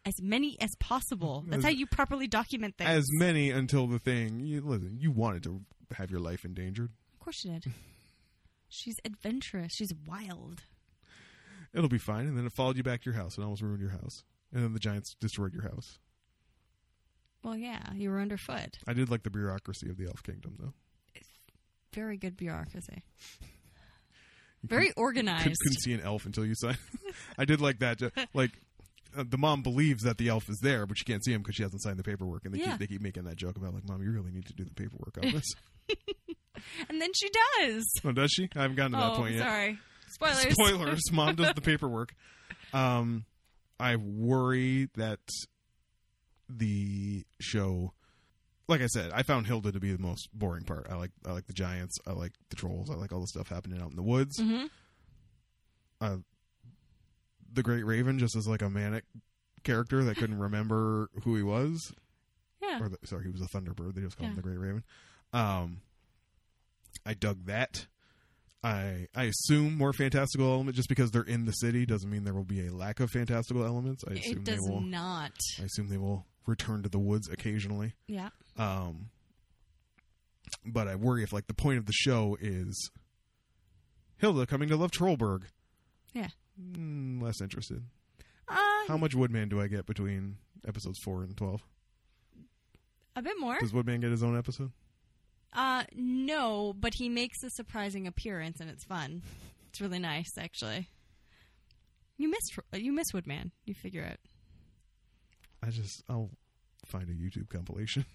as many as possible. That's As- how you properly document things. As many until the thing. You, listen, you wanted to have your life endangered. of course she did. She's adventurous. She's wild. It'll be fine. And then it followed you back to your house and almost ruined your house. And then the giants destroyed your house. Well, yeah, you were underfoot. I did like the bureaucracy of the Elf Kingdom, though. Very good bureaucracy. You Very could, organized. couldn't see an elf until you saw. I did like that. ju- Like uh, the mom believes that the elf is there, but she can't see him because she hasn't signed the paperwork. And they Yeah. keep they keep making that joke about like, "Mom, you really need to do the paperwork on this." And then she does. oh, does she? I haven't gotten to that oh, point yet. sorry. Spoilers. Spoilers. Mom does the paperwork. Um, I worry that the show, like I said, I found Hilda to be the most boring part. I like I like the giants. I like the trolls. I like all the stuff happening out in the woods. hmm the Great Raven just as like a manic character that couldn't remember who he was. Yeah. Or the, sorry, he was a Thunderbird. They just called him Yeah. the Great Raven. Um, I dug that. I I assume more fantastical element just because they're in the city doesn't mean there will be a lack of fantastical elements. I assume It they does will. not. I assume they will return to the woods occasionally. Yeah. Um, but I worry if like the point of the show is Hilda coming to love Trollberg. Yeah. Mm, less interested. How Uh, much Woodman do I get between episodes four and twelve? a bit more. Does Woodman get his own episode? Uh, no, but he makes a surprising appearance, and it's fun. It's really nice, actually. You miss uh, you miss Woodman. You figure out I just I'll find a YouTube compilation.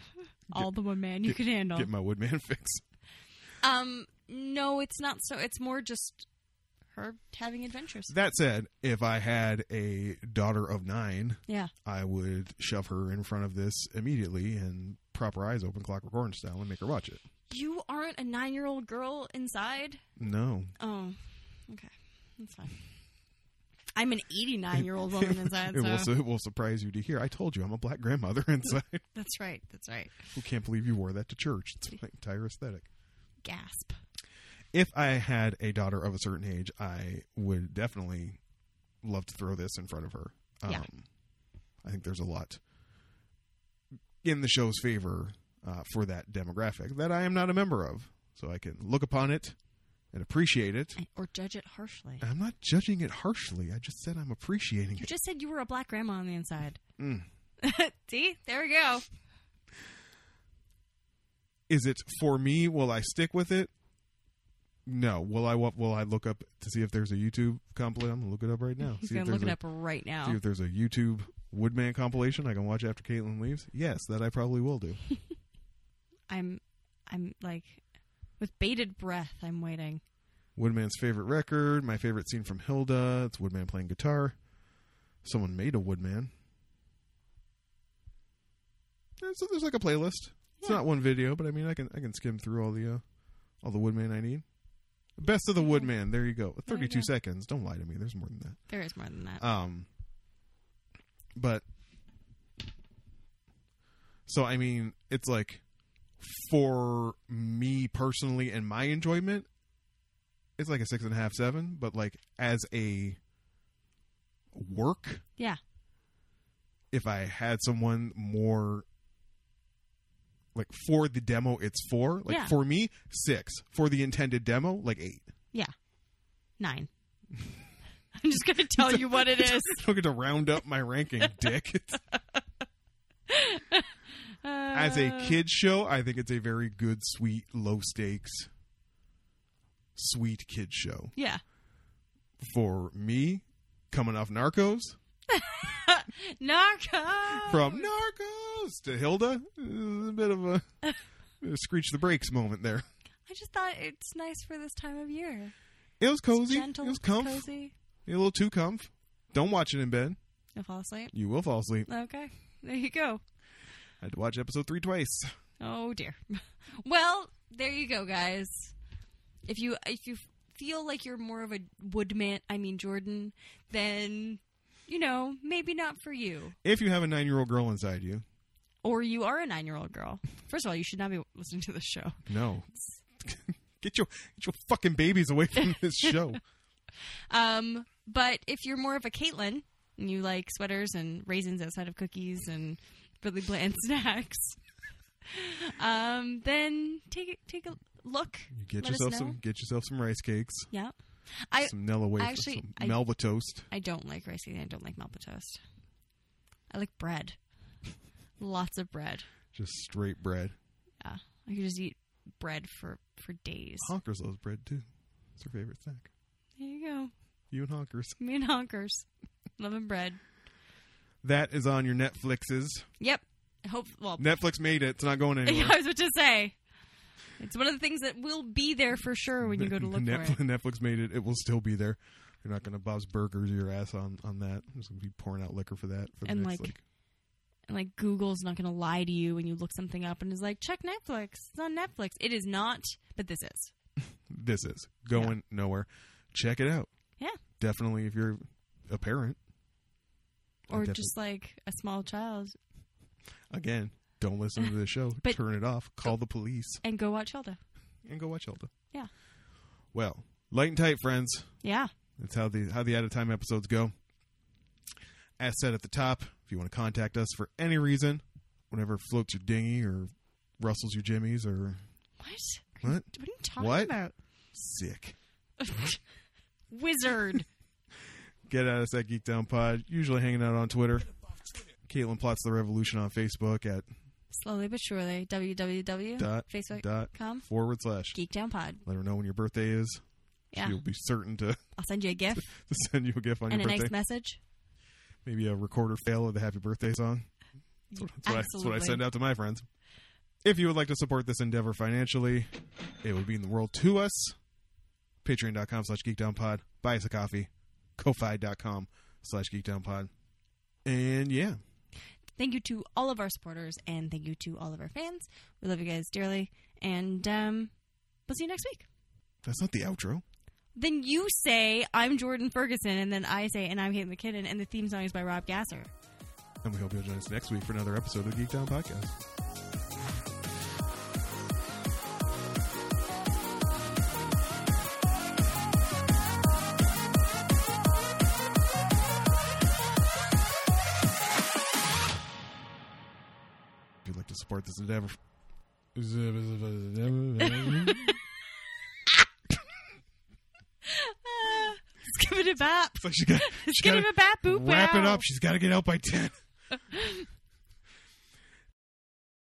all the Woodman you get- could handle. Get my Woodman fix. Um, no, it's not so. It's more just her having adventures. That said, if I had a daughter of nine, yeah, I would shove her in front of this immediately and prop her eyes open clockwork orange style and make her watch it. you aren't a nine-year-old girl inside. No. Oh, okay, that's fine. I'm an 89-year-old woman inside, it will so su- it will surprise you to hear. I told you I'm a black grandmother inside that's right. That's right. who can't believe you wore that to church. It's my entire aesthetic. Gasp. if I had a daughter of a certain age, I would definitely love to throw this in front of her. Um, Yeah. I think there's a lot in the show's favor uh, for that demographic that I am not a member of. So I can look upon it and appreciate it. Or judge it harshly. I'm not judging it harshly. I just said I'm appreciating You it. just said you were a black grandma on the inside. Mm. See, there we go. Is it for me? Will I stick with it? No. Will I? wa- Will I look up to see if there's a YouTube compilation? I'm gonna look it up right now. He's See if gonna look there's it a- up right now. See if there's a YouTube Woodman compilation I can watch after Caitlin leaves. Yes, that I probably will do. I'm, I'm like, with bated breath, I'm waiting. Woodman's favorite record, my favorite scene from Hilda. It's Woodman playing guitar. Someone made a Woodman. And so there's like a playlist. It's Yeah. not one video, but I mean, I can I can skim through all the uh, all the Woodman I need. Best of the Woodman. There you go. 32 go. seconds. Don't lie to me. There's more than that. There is more than that. Um, but so I mean, it's like for me personally and my enjoyment, it's like a six and a half, seven. But like as a work, yeah, if I had someone more like for the demo, it's four. Like Yeah. for me, six. For the intended demo, like eight. nine. I'm just gonna tell you what it is. I don't get to round up my ranking, dick. It's- as a Uh, kids show, I think it's a very good, sweet, low stakes, sweet kid show. Yeah. For me, coming off Narcos, Narco. from Narcos to Hilda, is a bit of a, a screech the brakes moment there. I just thought it's nice for this time of year. It was It's cozy. gentle, it was comf. cozy. A little too comf. Don't watch it in bed. You'll fall asleep. You will fall asleep. Okay. There you go. I had to watch episode three twice. Oh dear. Well, there you go, guys. If you if you feel like you're more of a woodman, I mean Jordan, then you know maybe not for you. If you have a nine year old girl inside you, Or you are a nine year old girl. First of all, you should not be listening to this show. no. get your get your fucking babies away from this show. Um, but if you're more of a Caitlin and you like sweaters and raisins outside of cookies and really bland snacks, um, then take a- take a look. You get Let us yourself know. some get yourself some rice cakes, Yeah, I some Nella wafers, actually- some I- Melva toast. I don't like rice cake. I don't like Melba toast. I like bread. Lots of bread. Just straight bread. Yeah, I could just eat bread for for days. Honkers loves bread too. It's her favorite snack. There you go. You and Honkers. Me and honkers, loving bread. That is on your Netflixes. Yep. I hope. Well, Netflix made it. It's not going anywhere. I was about to say. It's one of the things that will be there for sure when you go to look Netflix, for it. Netflix made it. It will still be there. They're not going to Bob's Burgers your ass on on that. I'm just going to be pouring out liquor for that for the And, next like, like And like Google's not going to lie to you when you look something up and is like, check Netflix. It's on Netflix. It is not, but this is. this is going nowhere. Check it out. Yeah. Definitely if you're a parent. I Or defi- just like a small child again, don't listen to the show. But- Turn it off. Call the police and go watch Hilda. and go watch Elda. Yeah. Well, light and tight, friends. Yeah. That's how the how the out of time episodes go. As said at the top, if you want to contact us for any reason, whenever floats your dinghy or rustles your jimmies or What? What what? are you talking What? about? Sick. Wizard. Get at us at Geekdown Pod. Usually hanging out on Twitter. Caitlin plots the revolution on Facebook at Slowly but surely. dot www.facebook.com. dot forward slash. Geekdown Pod. Let her know when your birthday is. Yeah. She'll be certain to, to I'll send you a gift send you a gift on and a your birthday. nice message. Maybe a recorder fail of the happy birthday song. That's what, that's what I, that's what I Absolutely. send out to my friends. If you would like to support this endeavor financially, it would mean the world to us. Patreon.com slash geekdownpod. Buy us a coffee. Ko-Fi.com slash geekdownpod. And yeah, Thank you to all of our supporters and thank you to all of our fans. We love you guys dearly. And um, we'll see you next week. that's not the outro. Then you say, I'm Jordan Ferguson. And then I say, and I'm Kate McKinnon. And the theme song is by Rob Gasser. And we hope you'll join us next week for another episode of the Geek Down Podcast. If you'd like to support this endeavor. it's Ah, Skip it a bap. like she got, Skip she it got a bap. Boop. wrap it wow. up. She's got to get out by 10.